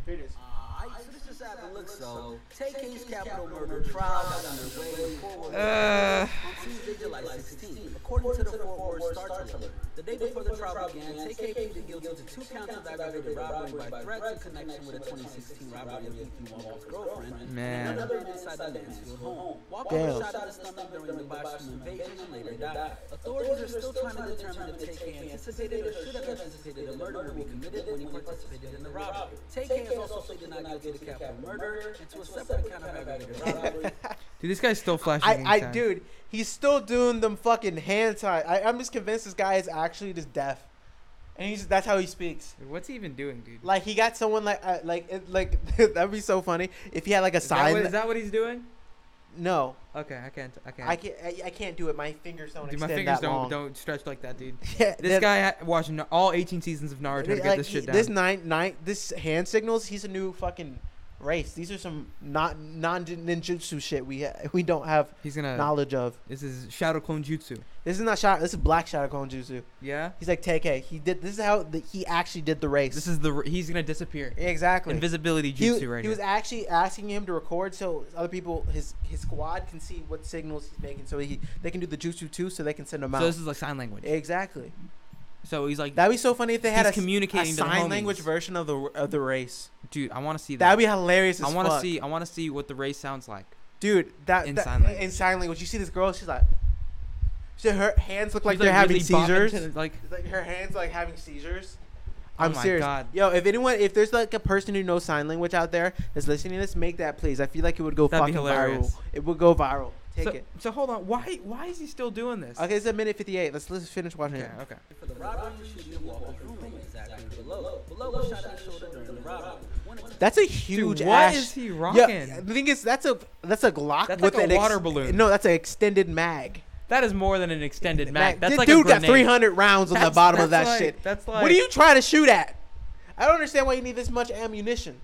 H: Taken's capital murder trial got underway in Fort Worth
B: Uh,
H: on Tuesday, July 16th. According to the Fort Worth Star Tribune, the day before the trial began, TK pleaded guilty to two counts of aggravated robbery by threats in connection with a 2016 robbery of Ethan Walker's girlfriend
B: Man.
H: and another inside the Mansfield home. Walker
A: Damn.
H: was shot out of the stomach during the Boston invasion and later died. Authorities are still trying to determine if TK anticipated or should have anticipated a murder would be committed when he participated in the robbery. TK has also pleaded not guilty to capital murder and to a separate count of aggravated robbery.
B: Dude, this guy's still flashing.
A: I, I,
B: anytime.
A: dude, he's still doing them fucking hand tie. I, I'm just convinced this guy is actually just deaf, and he's that's how he speaks.
B: Dude, What's he even doing, dude?
A: Like he got someone like uh, like it, like that'd be so funny if he had like a
B: Is that,
A: sign.
B: what, is that what he's doing?
A: no,
B: Okay, I can't. I can't.
A: I can't. I, I can't do it. My fingers don't
B: dude, my
A: extend
B: fingers
A: that
B: don't
A: long.
B: don't stretch like that, dude.
A: Yeah,
B: This
A: that-
B: guy ha- watched n- all 18 seasons of Naruto to get
A: like,
B: this
A: he-
B: shit down.
A: This nine nine this hand signals. He's a new fucking race. These are some not non ninjutsu shit we ha- we don't have
B: he's gonna.
A: knowledge of.
B: This is Shadow Clone Jutsu.
A: This is not shot. This is black shadow clone jutsu.
B: Yeah.
A: He's like TK. He did. This is how the, he actually did the race.
B: This is the. r- He's gonna disappear.
A: exactly
B: Invisibility
A: He,
B: Jutsu right
A: he was
B: here.
A: actually asking him to record so other people, his his squad, can see what signals he's making, so he they can do the jutsu too, so they can send him out.
B: so this is like sign language.
A: exactly.
B: so he's like,
A: That'd be so funny if they had
B: He's
A: a, s-
B: communicating
A: a
B: to the
A: sign
B: homies.
A: language version of the of the race.
B: dude, I want to see that.
A: That'd be hilarious. As
B: I want to
A: fuck.
B: see. I want to see what the race sounds like.
A: dude. That
B: in
A: that-
B: sign language.
A: in sign language. You see this girl? She's like, she, her hands look like
B: He's,
A: they're having
B: really bopping to
A: seizures.
B: the- like,
A: like her hands like having seizures.
B: Oh
A: I'm
B: my
A: serious.
B: God.
A: Yo, if anyone, if there's like a person who knows sign language out there that's listening to this, make that please. I feel like it would go
B: That'd be
A: fucking viral.
B: hilarious.
A: It would go viral. Take
B: so,
A: it.
B: so hold on. Why? Why is he still doing this?
A: Okay, it's a minute 58. Let's let's finish watching
B: Okay.
A: it.
B: okay.
H: for the robbery shooting and walking through room exactly below. Below was shot in the shoulder during the robbery. One of
A: That's a huge
B: what
A: ash.
B: is he
A: Yeah,
B: rocking?
A: the thing is, that's a that's a Glock
B: That's
A: with
B: like a
A: an
B: water balloon.
A: No, that's an extended mag.
B: That is more than an extended mag. That's
A: This
B: like
A: dude
B: a
A: got
B: grenade.
A: 300 rounds on the
B: That's-
A: bottom of that
B: that's like-
A: shit.
B: that's
A: what
B: like-
A: are you trying to shoot at? I don't understand why you need this much ammunition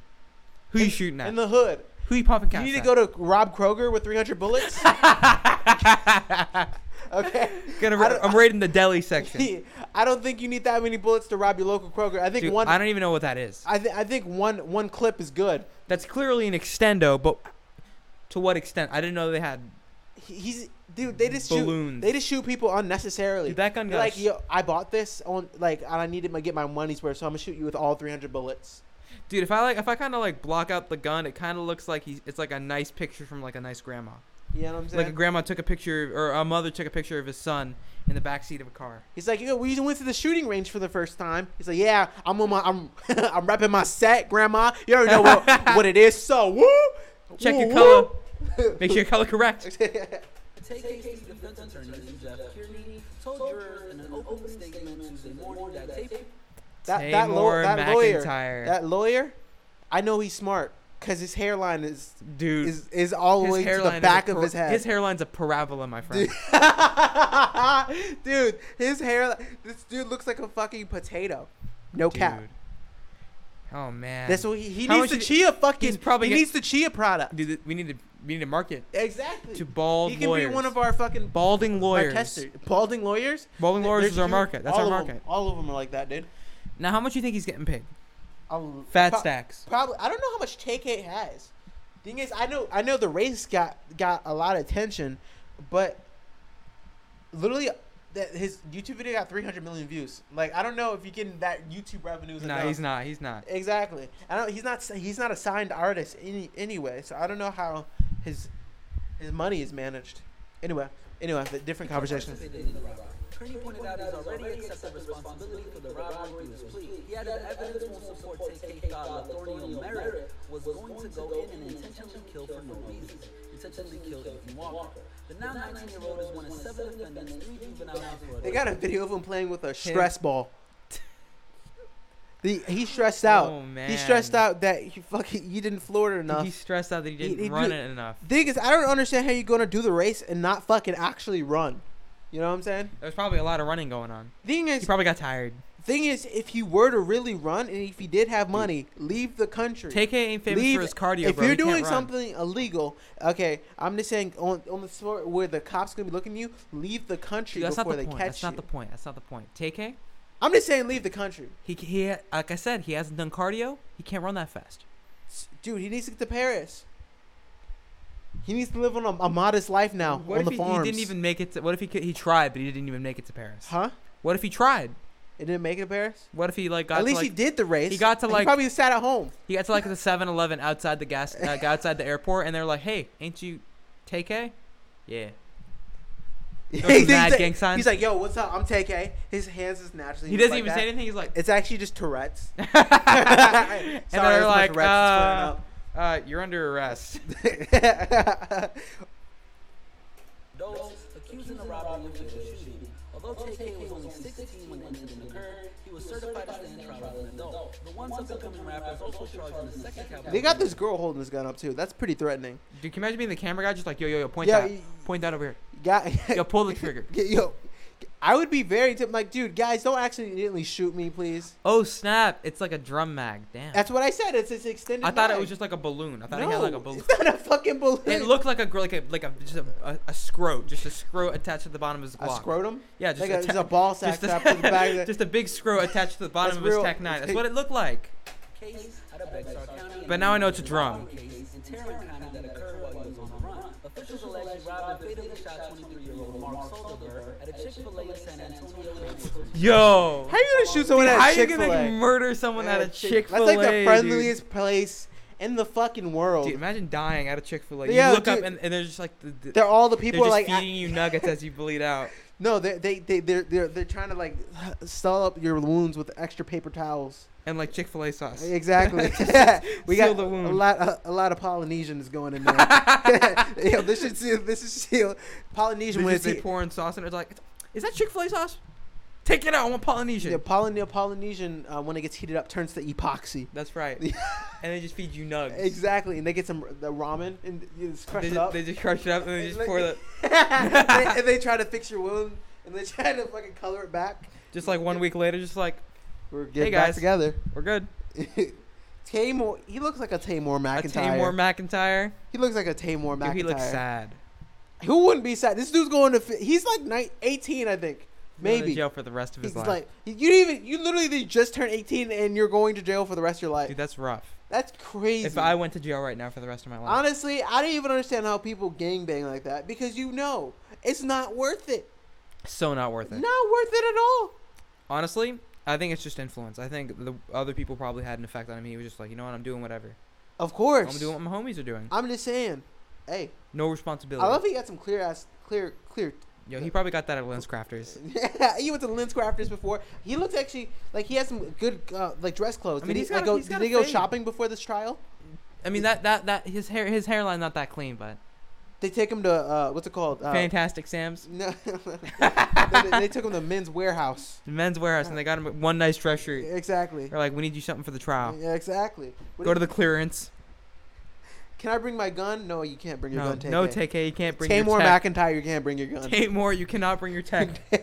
B: Who you shooting at?
A: in the hood.
B: Who you popping
A: You
B: caps
A: need to
B: at?
A: go to Rob Kroger with 300 bullets. okay.
B: Gonna
A: I
B: ra-
A: don't-
B: I'm raiding the deli section.
A: I don't think you need that many bullets to rob your local Kroger. I think
B: Dude,
A: one.
B: I
A: I,
B: don't even know what that is.
A: thi- I think one one clip is good.
B: That's clearly an extendo, but to what extent? I didn't know they had.
A: He- He's dude. They just shoot.
B: Balloons.
A: They just shoot people unnecessarily.
B: Dude, that gun
A: They're
B: got
A: like
B: sh-
A: yo, I bought this on like and I needed to get my money's worth, so I'm gonna shoot you with all 300 bullets.
B: Dude, if I like, if I kind of like block out the gun, it kind of looks like he's. It's like a nice picture from like a nice grandma.
A: You know what I'm saying?
B: Like a grandma took a picture, or a mother took a picture of his son in the back seat of a car.
A: He's like, yo, we went to the shooting range for the first time. He's like, yeah, I'm on my, I'm, I'm rapping my set, grandma. You already know what, what it is. So woo,
B: Check
A: Woo,
B: your
A: woo.
B: color. Make sure your color correct.
H: TK's defense attorney, Jeff Kearney, told jurors in an open statement Tuesday morning that tape
A: that that, lo-
B: Tamor
A: that lawyer,
B: McIntyre.
A: that lawyer, I know he's smart because his hairline is
B: Dude,
A: is is all the way to the
B: is
A: back
B: a
A: of
B: par-
A: his head.
B: His hairline's a parabola, my friend.
A: dude, his hair. This dude looks like a fucking potato. No cap.
B: Dude. Oh man.
A: That's what he, he
B: How
A: needs. The
B: much did-
A: chia fucking.
B: he's probably
A: he
B: get-
A: needs the chia product.
B: Dude, th- we need to we need to market
A: Exactly.
B: to bald
A: he can
B: lawyers.
A: be one of our fucking
B: balding
A: Like
B: lawyers.
A: Hester- Balding lawyers?
B: Balding
A: Th-
B: lawyers
A: there's
B: is our
A: huge-
B: market. That's
A: all of
B: our
A: 'em-
B: market.
A: all of them are like that, dude.
B: Now, how much do you think he's getting paid?
A: Um,
B: Fat
A: pro-
B: stacks.
A: Probably. I don't know how much TK has. Thing is, I know, I know the race got got a lot of attention, but literally, uh, that his YouTube video got 300 million views. Like, I don't know if you getting that YouTube revenue. is
B: No,
A: enough.
B: he's not. He's not.
A: Exactly. I don't. He's not. He's not a signed artist any anyway. So I don't know how his his money is managed. Anyway, anyway, different conversation.
H: participated in the robbery. Kearney pointed out he's already accepted responsibility for the robbery through his plea. He added evidence won't support TK thought Lathornio Merritt was going to go in and intentionally kill for no reason. Intentionally kill Ethan Walker. The now 19-year-old is one of seven defendants, three juvenile for
A: They got a video of him playing with a stress ball. The, he stressed out.
B: Oh,
A: He stressed
B: man.
A: out that he fucking you didn't floor it enough.
B: He stressed out that he
A: He-
B: didn't
A: he
B: run
A: do-
B: it enough.
A: Thing is, I don't understand how you're gonna do the race and not fucking actually run. You know what I'm saying?
B: There's probably a lot of running going on.
A: Thing
B: He
A: is,
B: probably got tired.
A: thing is, if he were to really run and if he did have money, leave the country.
B: TK ain't famous
A: Leave-
B: for his cardio,
A: If
B: bro.
A: you're
B: He can't
A: doing
B: run.
A: something illegal, okay, I'm just saying on on the sport where the cops gonna be looking at you, leave the country
B: Dude, that's not
A: before
B: the
A: they
B: point.
A: catch
B: That's
A: you.
B: not the point. That's not the point. TK,
A: I'm just saying leave the country,
B: he c- he like I said, he hasn't done cardio. He can't run that fast.
A: dude. He needs to get to Paris. He needs to live on a, a modest life now
B: What
A: on
B: if
A: the
B: he, he
A: farms.
B: didn't even make it? To, what if he could, he tried, but he didn't even make it to Paris?
A: Huh?
B: What if he tried?
A: It didn't make it to Paris.
B: What if he like got
A: at least
B: to,
A: he
B: like,
A: did the race.
B: he got to,
A: And
B: like-
A: He probably sat at home.
B: he got to like the 7-Eleven outside the gas uh, outside the airport, and they're like, "Hey, ain't you TK?" Yeah. some
A: he's,
B: mad
A: like,
B: gang signs.
A: he's like, "Yo, what's up? I'm TK." His hands is naturally.
B: He
A: just
B: doesn't
A: like
B: even
A: that.
B: say anything. He's like,
A: It's actually just Tourette's. Sorry,
B: and
A: that's
B: they're
A: my
B: like, uh,
A: Tourette's
B: uh, "You're under arrest."
A: flare up.
H: Doe, accusing a robbery and fatal shooting. Although TK was only 16 when the incident occurred, he was certified to stand trial as an adult. The once up-and-coming rapper is also charged in the second count.
A: they got this girl holding this gun up too. That's pretty threatening.
B: Dude, can you imagine being the camera guy? Just like, yo, yo, yo, point
A: Yeah,
B: that,
A: y-
B: point that over here.
A: Guy,
B: Yo, pull the trigger.
A: yo, I would be very tip- like, dude, guys, don't accidentally shoot me, please.
B: Oh snap! It's like a drum mag. Damn.
A: That's what I said. It's it's extended.
B: I thought it
A: knife.
B: was just like a balloon. I thought
A: no,
B: he had like a balloon.
A: it's not a fucking balloon.
B: It looked like a gr- like a like a just a, a, a scrote, just a scrote attached to the bottom of his
A: a
B: Glock.
A: scrotum.
B: Yeah, just
A: like a,
B: atta-
A: just a ball sack
B: just
A: strapped to the back.
B: a,
A: Of the,
B: just a big scrote attached to the
A: That's
B: bottom of his
A: real.
B: Tech Nine. That's what it looked like.
H: case out of Bexar County.
B: But now I know it's a drum.
H: Case in Tarrant County that occurred while he was on the run. Officials allege he robbed and fatally shot 23-year-old Mark Soderbergh at a Chick-fil-A in San Antonio.
B: Yo,
A: how you gonna shoot someone
B: Dude,
A: at
B: how are you
A: Chick-fil-A?
B: gonna like, murder someone at
A: Yeah,
B: a Chick Fil A?
A: That's like the friendliest place in the fucking world.
B: Dude, imagine dying at a Chick Fil A. You
A: Yeah,
B: look up
A: dude.
B: and, and they're just like the, the,
A: they're
B: they're
A: all the people
B: just
A: like
B: feeding you nuggets as you bleed out.
A: no, they they they they're, they're they're trying to like sell up your wounds with extra paper towels.
B: And like Chick Fil A sauce.
A: Exactly. we
B: seal
A: got
B: the wound.
A: a lot a, a lot of Polynesians going in there. Yo, this should seal this should seal Polynesian
B: They
A: when
B: just
A: it's
B: they pour in sauce and it's like, is that Chick Fil A sauce? Take it out. I want Polynesian.
A: yeah, Polyne- Polynesian uh, when it gets heated up turns to epoxy.
B: That's right. and they just feed you nugs.
A: Exactly, and they get some the ramen and you just crush
B: They
A: it
B: just,
A: up.
B: they just crush it up and they just pour the
A: and, they, and they try to fix your wound and they try to fucking color it back.
B: just like one week later, just like
A: We're getting
B: guys.
A: back together.
B: we're good.
A: Tamor, he looks like a Tamor
B: A
A: McIntyre.
B: Tamor McIntyre.
A: he looks like a Tamor McIntyre.
B: Dude, he looks sad.
A: Who wouldn't be sad? This dude's going to. Fi- he's like nine, 18, I think.
B: He's going to
A: Maybe.
B: jail for the rest of his
A: He's
B: life.
A: like you didn't even. You literally just turned 18 and you're going to jail for the rest of your life.
B: Dude, that's rough.
A: That's crazy.
B: If I went to jail right now for the rest of my life,
A: Honestly, I didn't even understand how people gangbang like that because you know it's not worth it.
B: so not worth it.
A: Not worth it at all.
B: Honestly, I think it's just influence. I think the other people probably had an effect on him. He was just like, you know what, I'm doing whatever.
A: Of course.
B: I'm doing what my homies are doing.
A: I'm just saying. Hey,
B: No responsibility.
A: I love he got some clear ass, clear, clear.
B: Yo, he probably got that at Lens Crafters.
A: he went to Lens Crafters before. He looks actually like he has some good uh, like dress clothes.
B: I mean,
A: did
B: he's
A: he, like,
B: got a-
A: go,
B: he's got
A: did
B: a
A: he go
B: thing.
A: shopping before this trial?
B: I mean, that that that his hair his hairline not that clean, but
A: They take him to uh, what's it called? Uh,
B: fantastic Sam's
A: no, they, they took him to Men's Warehouse.
B: the men's warehouse, and they got him one nice dress shirt.
A: Exactly.
B: They're like, we need you something for the trial.
A: Yeah, exactly. What
B: Go
A: do
B: to the clearance.
A: you- can I bring my gun? No, you can't bring your
B: No,
A: gun.
B: no,
A: TK.
B: TK, you can't bring
A: Tamor
B: your tech.
A: McIntyre, you can't bring your gun.
B: Tamor, you cannot bring your tech.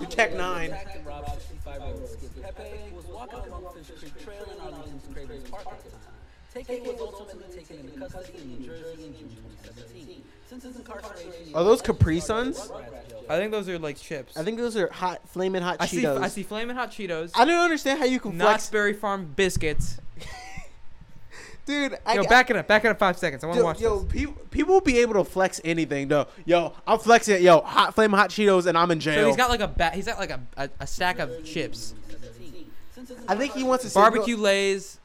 H: The
A: Tech Nine.
H: oh Pepe was walking along Fish Creek Trail in Arlington's Cravens Park at the time. Take was ultimately taken into custody in New Jersey in June 2017. Since his incarceration,
A: Are those Capri Suns?
B: I think those are like chips.
A: I think those are hot, flaming hot
B: I see
A: Cheetos.
B: I see flaming hot Cheetos.
A: I don't understand how you can
B: Knott's
A: flex,
B: Berry Farm biscuits.
A: dude. I,
B: Yo,
A: I-
B: back it up. Back it up five seconds. I want to
A: Yo,
B: watch
A: yo
B: this.
A: people, people will be able to flex anything though. Yo, I'm flexing. Yo, hot flame, hot Cheetos, and I'm in jail.
B: So he's got like a ba- he's got like a, a, a stack of chips,
A: I think he wants to say-
B: barbecue lays,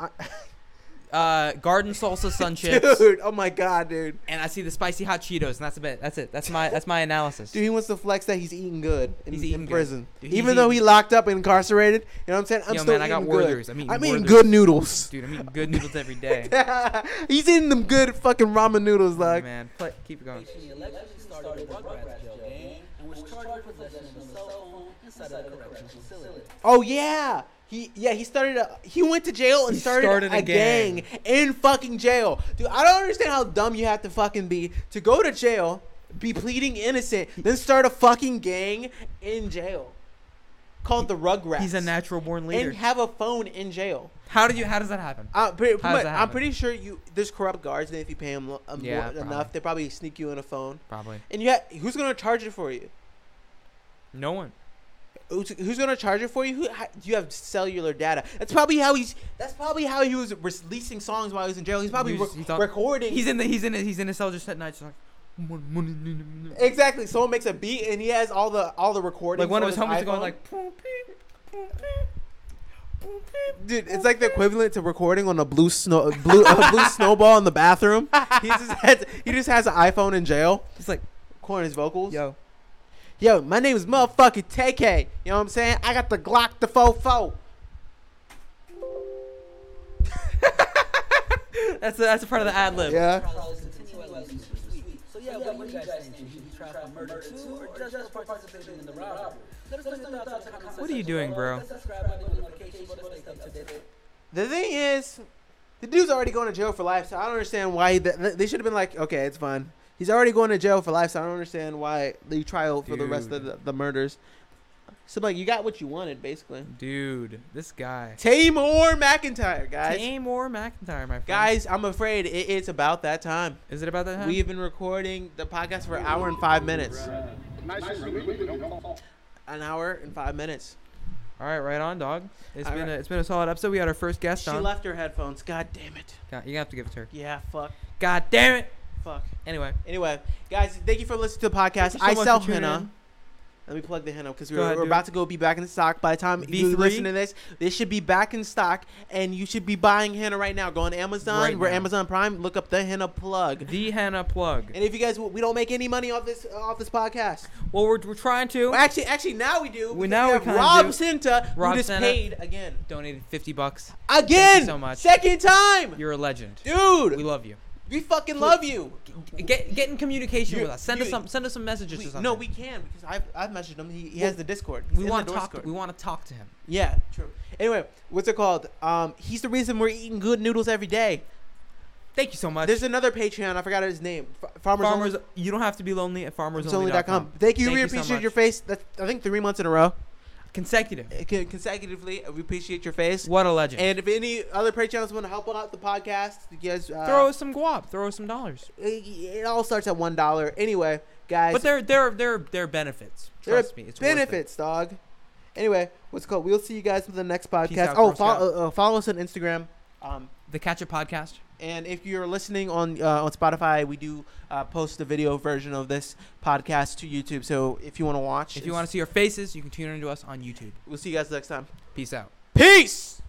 B: uh, garden salsa sun chips,
A: dude. Oh my god, dude.
B: and I see the spicy hot Cheetos, and that's about That's it. That's my that's my analysis.
A: Dude, he wants to flex that he's eating good in,
B: He's
A: in
B: eating good.
A: prison,
B: Dude, he's
A: even though he
B: eating-
A: locked up and incarcerated. You know what I'm saying? I'm
B: Yo,
A: still
B: man, I
A: eating
B: got Werther's.
A: good.
B: I'm eating Werther's.
A: good noodles.
B: Dude, I'm eating good noodles every day.
A: he's eating them good fucking ramen noodles, like.
B: Man, play, keep it going.
H: he allegedly started a Rugrats jail gang and was charged with possession of a cell phone inside of a correctional facility.
A: Oh yeah. He yeah, he started a he went to jail and
B: He
A: started,
B: started
A: a,
B: a
A: gang.
B: gang.
A: in fucking jail. Dude, I don't understand how dumb you have to fucking be to go to jail, be pleading innocent, then start a fucking gang in jail. Called the Rugrats.
B: He's a natural born leader.
A: And have a phone in jail.
B: how do you? How does that happen?
A: Uh, pretty,
B: How does
A: but
B: that
A: I'm
B: happen?
A: pretty sure you there's corrupt guards, and if you pay them lo- uh,
B: Yeah,
A: more,
B: probably.
A: enough, they probably sneak you in a phone.
B: Probably
A: And you ha- who's gonna charge it for you?
B: no one.
A: Who's, who's gonna charge it for you? Who, how, do you have cellular data? That's probably how he's. That's probably how he was releasing songs while he was in jail. He's probably
B: He was-
A: rec-
B: he thought-
A: recording.
B: He's in the he's in his, he's in his cell just at night, just like "Mon- money, nee, nee, nee."
A: exactly. Someone makes a beat and he has all the all the recordings.
B: like one of
A: on
B: his homies going
A: iPhone.
B: like. "Poom, peep, poom, peep, poom, peep,
A: Dude,
B: poom,
A: it's like the
B: peep."
A: equivalent to recording on a blue snow, a blue, a blue snowball in the bathroom. He just has, he just has an iPhone in jail,
B: It's like
A: recording his vocals.
B: yo,
A: Yo, my name is motherfucking TK. You know what I'm saying? I got the Glock the fofo.
B: that's a, that's a part of the ad lib.
A: Yeah.
H: Trials continue at least this week. So yeah, what do you guys think? Should he try for murder too, or just for participating in the robbery? Let us know your thoughts on the comment
B: What are you
H: section
B: doing,
H: below.
B: bro?
H: Hit subscribe on the notifications button to stay up to date.
A: The thing is, the dude's already going to jail for life, so I don't understand why he, th- they should have been like, okay, it's fine. He's already going to jail for life, so I don't understand why the trial for the rest of the, the murders. So like, you got what you wanted, basically.
B: Dude, this guy.
A: Tamor McIntyre, guys.
B: Tamor McIntyre, my friend.
A: Guys, I'm afraid it is about that time.
B: is it about that time?
A: We've been recording the podcast for an hour and five minutes. An hour and five minutes.
B: All right, right on, dog. It's
A: All
B: been
A: right.
B: a, it's been a solid episode. We had our first guest
A: She
B: on.
A: left her headphones. God damn it.
B: God, you have to give it to her.
A: Yeah, fuck,
B: God damn it.
A: fuck.
B: Anyway,
A: Anyway, guys, thank you for listening to the podcast.
B: Thank you so
A: I
B: much for
A: sell
B: tuning
A: henna.
B: in.
A: Let me plug the henna because
B: Go
A: we're,
B: ahead,
A: we're
B: dude.
A: about to go be back in stock. By the time you
B: V3?
A: listen to this, this should be back in stock, and you should be buying henna right now. Go on Amazon.
B: Right
A: we're
B: now.
A: Amazon Prime. Look up the henna plug.
B: the henna plug.
A: And if you guys, we don't make any money off this off this podcast.
B: Well, we're, we're trying to.
A: Well, actually, actually now we do.
B: We-
A: because
B: now we
A: have
B: kinda
A: Rob
B: do.
A: Sinta,
B: Rob
A: who just
B: Sinta.
A: paid again,
B: Donated 50 bucks.
A: again,
B: so much.
A: second time,
B: You're a legend.
A: dude.
B: We
A: We,
B: love you.
A: fucking love you.
B: Get get in communication
A: You-
B: with us. Send us
A: you-
B: some send us some messages
A: We-
B: or something.
A: no, we can because I've, I've messaged him. He, he has the Discord. He's
B: we
A: in
B: want to
A: the
B: talk.
A: Discord.
B: We want to talk to him.
A: Yeah, true. Anyway, what's it called? Um, he's the reason we're eating good noodles every day.
B: Thank you so much.
A: There's another Patreon. I forgot his name. F- Farmers,
B: farmers. You don't have to be lonely at farmersonly.com.
A: farmersonly.com. Thank you.
B: Thank
A: we
B: you so
A: appreciate
B: much.
A: your face. That's, I think three months in a row,
B: Consecutive.
A: Uh, con- consecutively. We appreciate your face.
B: What a legend.
A: And if any other Patreons want to help out the podcast, you guys uh,
B: throw us some guap. Throw us some dollars.
A: It, it all starts at one dollar. Anyway, guys,
B: But there there there there are benefits.
A: there are
B: Trust me, it's worth it.
A: benefits, dog. Anyway, what's it called? We'll see you guys in the next podcast.
B: out,
A: oh,
B: Girl Scout.
A: follow, uh, follow us on Instagram. Um,
B: The Catch Up Podcast.
A: And if you're listening on uh, on Spotify, we do uh, post the video version of this podcast to YouTube. So if you want to watch,
B: If you want to see our faces, you can tune into us on YouTube.
A: we'll see you guys next time.
B: Peace out.
A: Peace.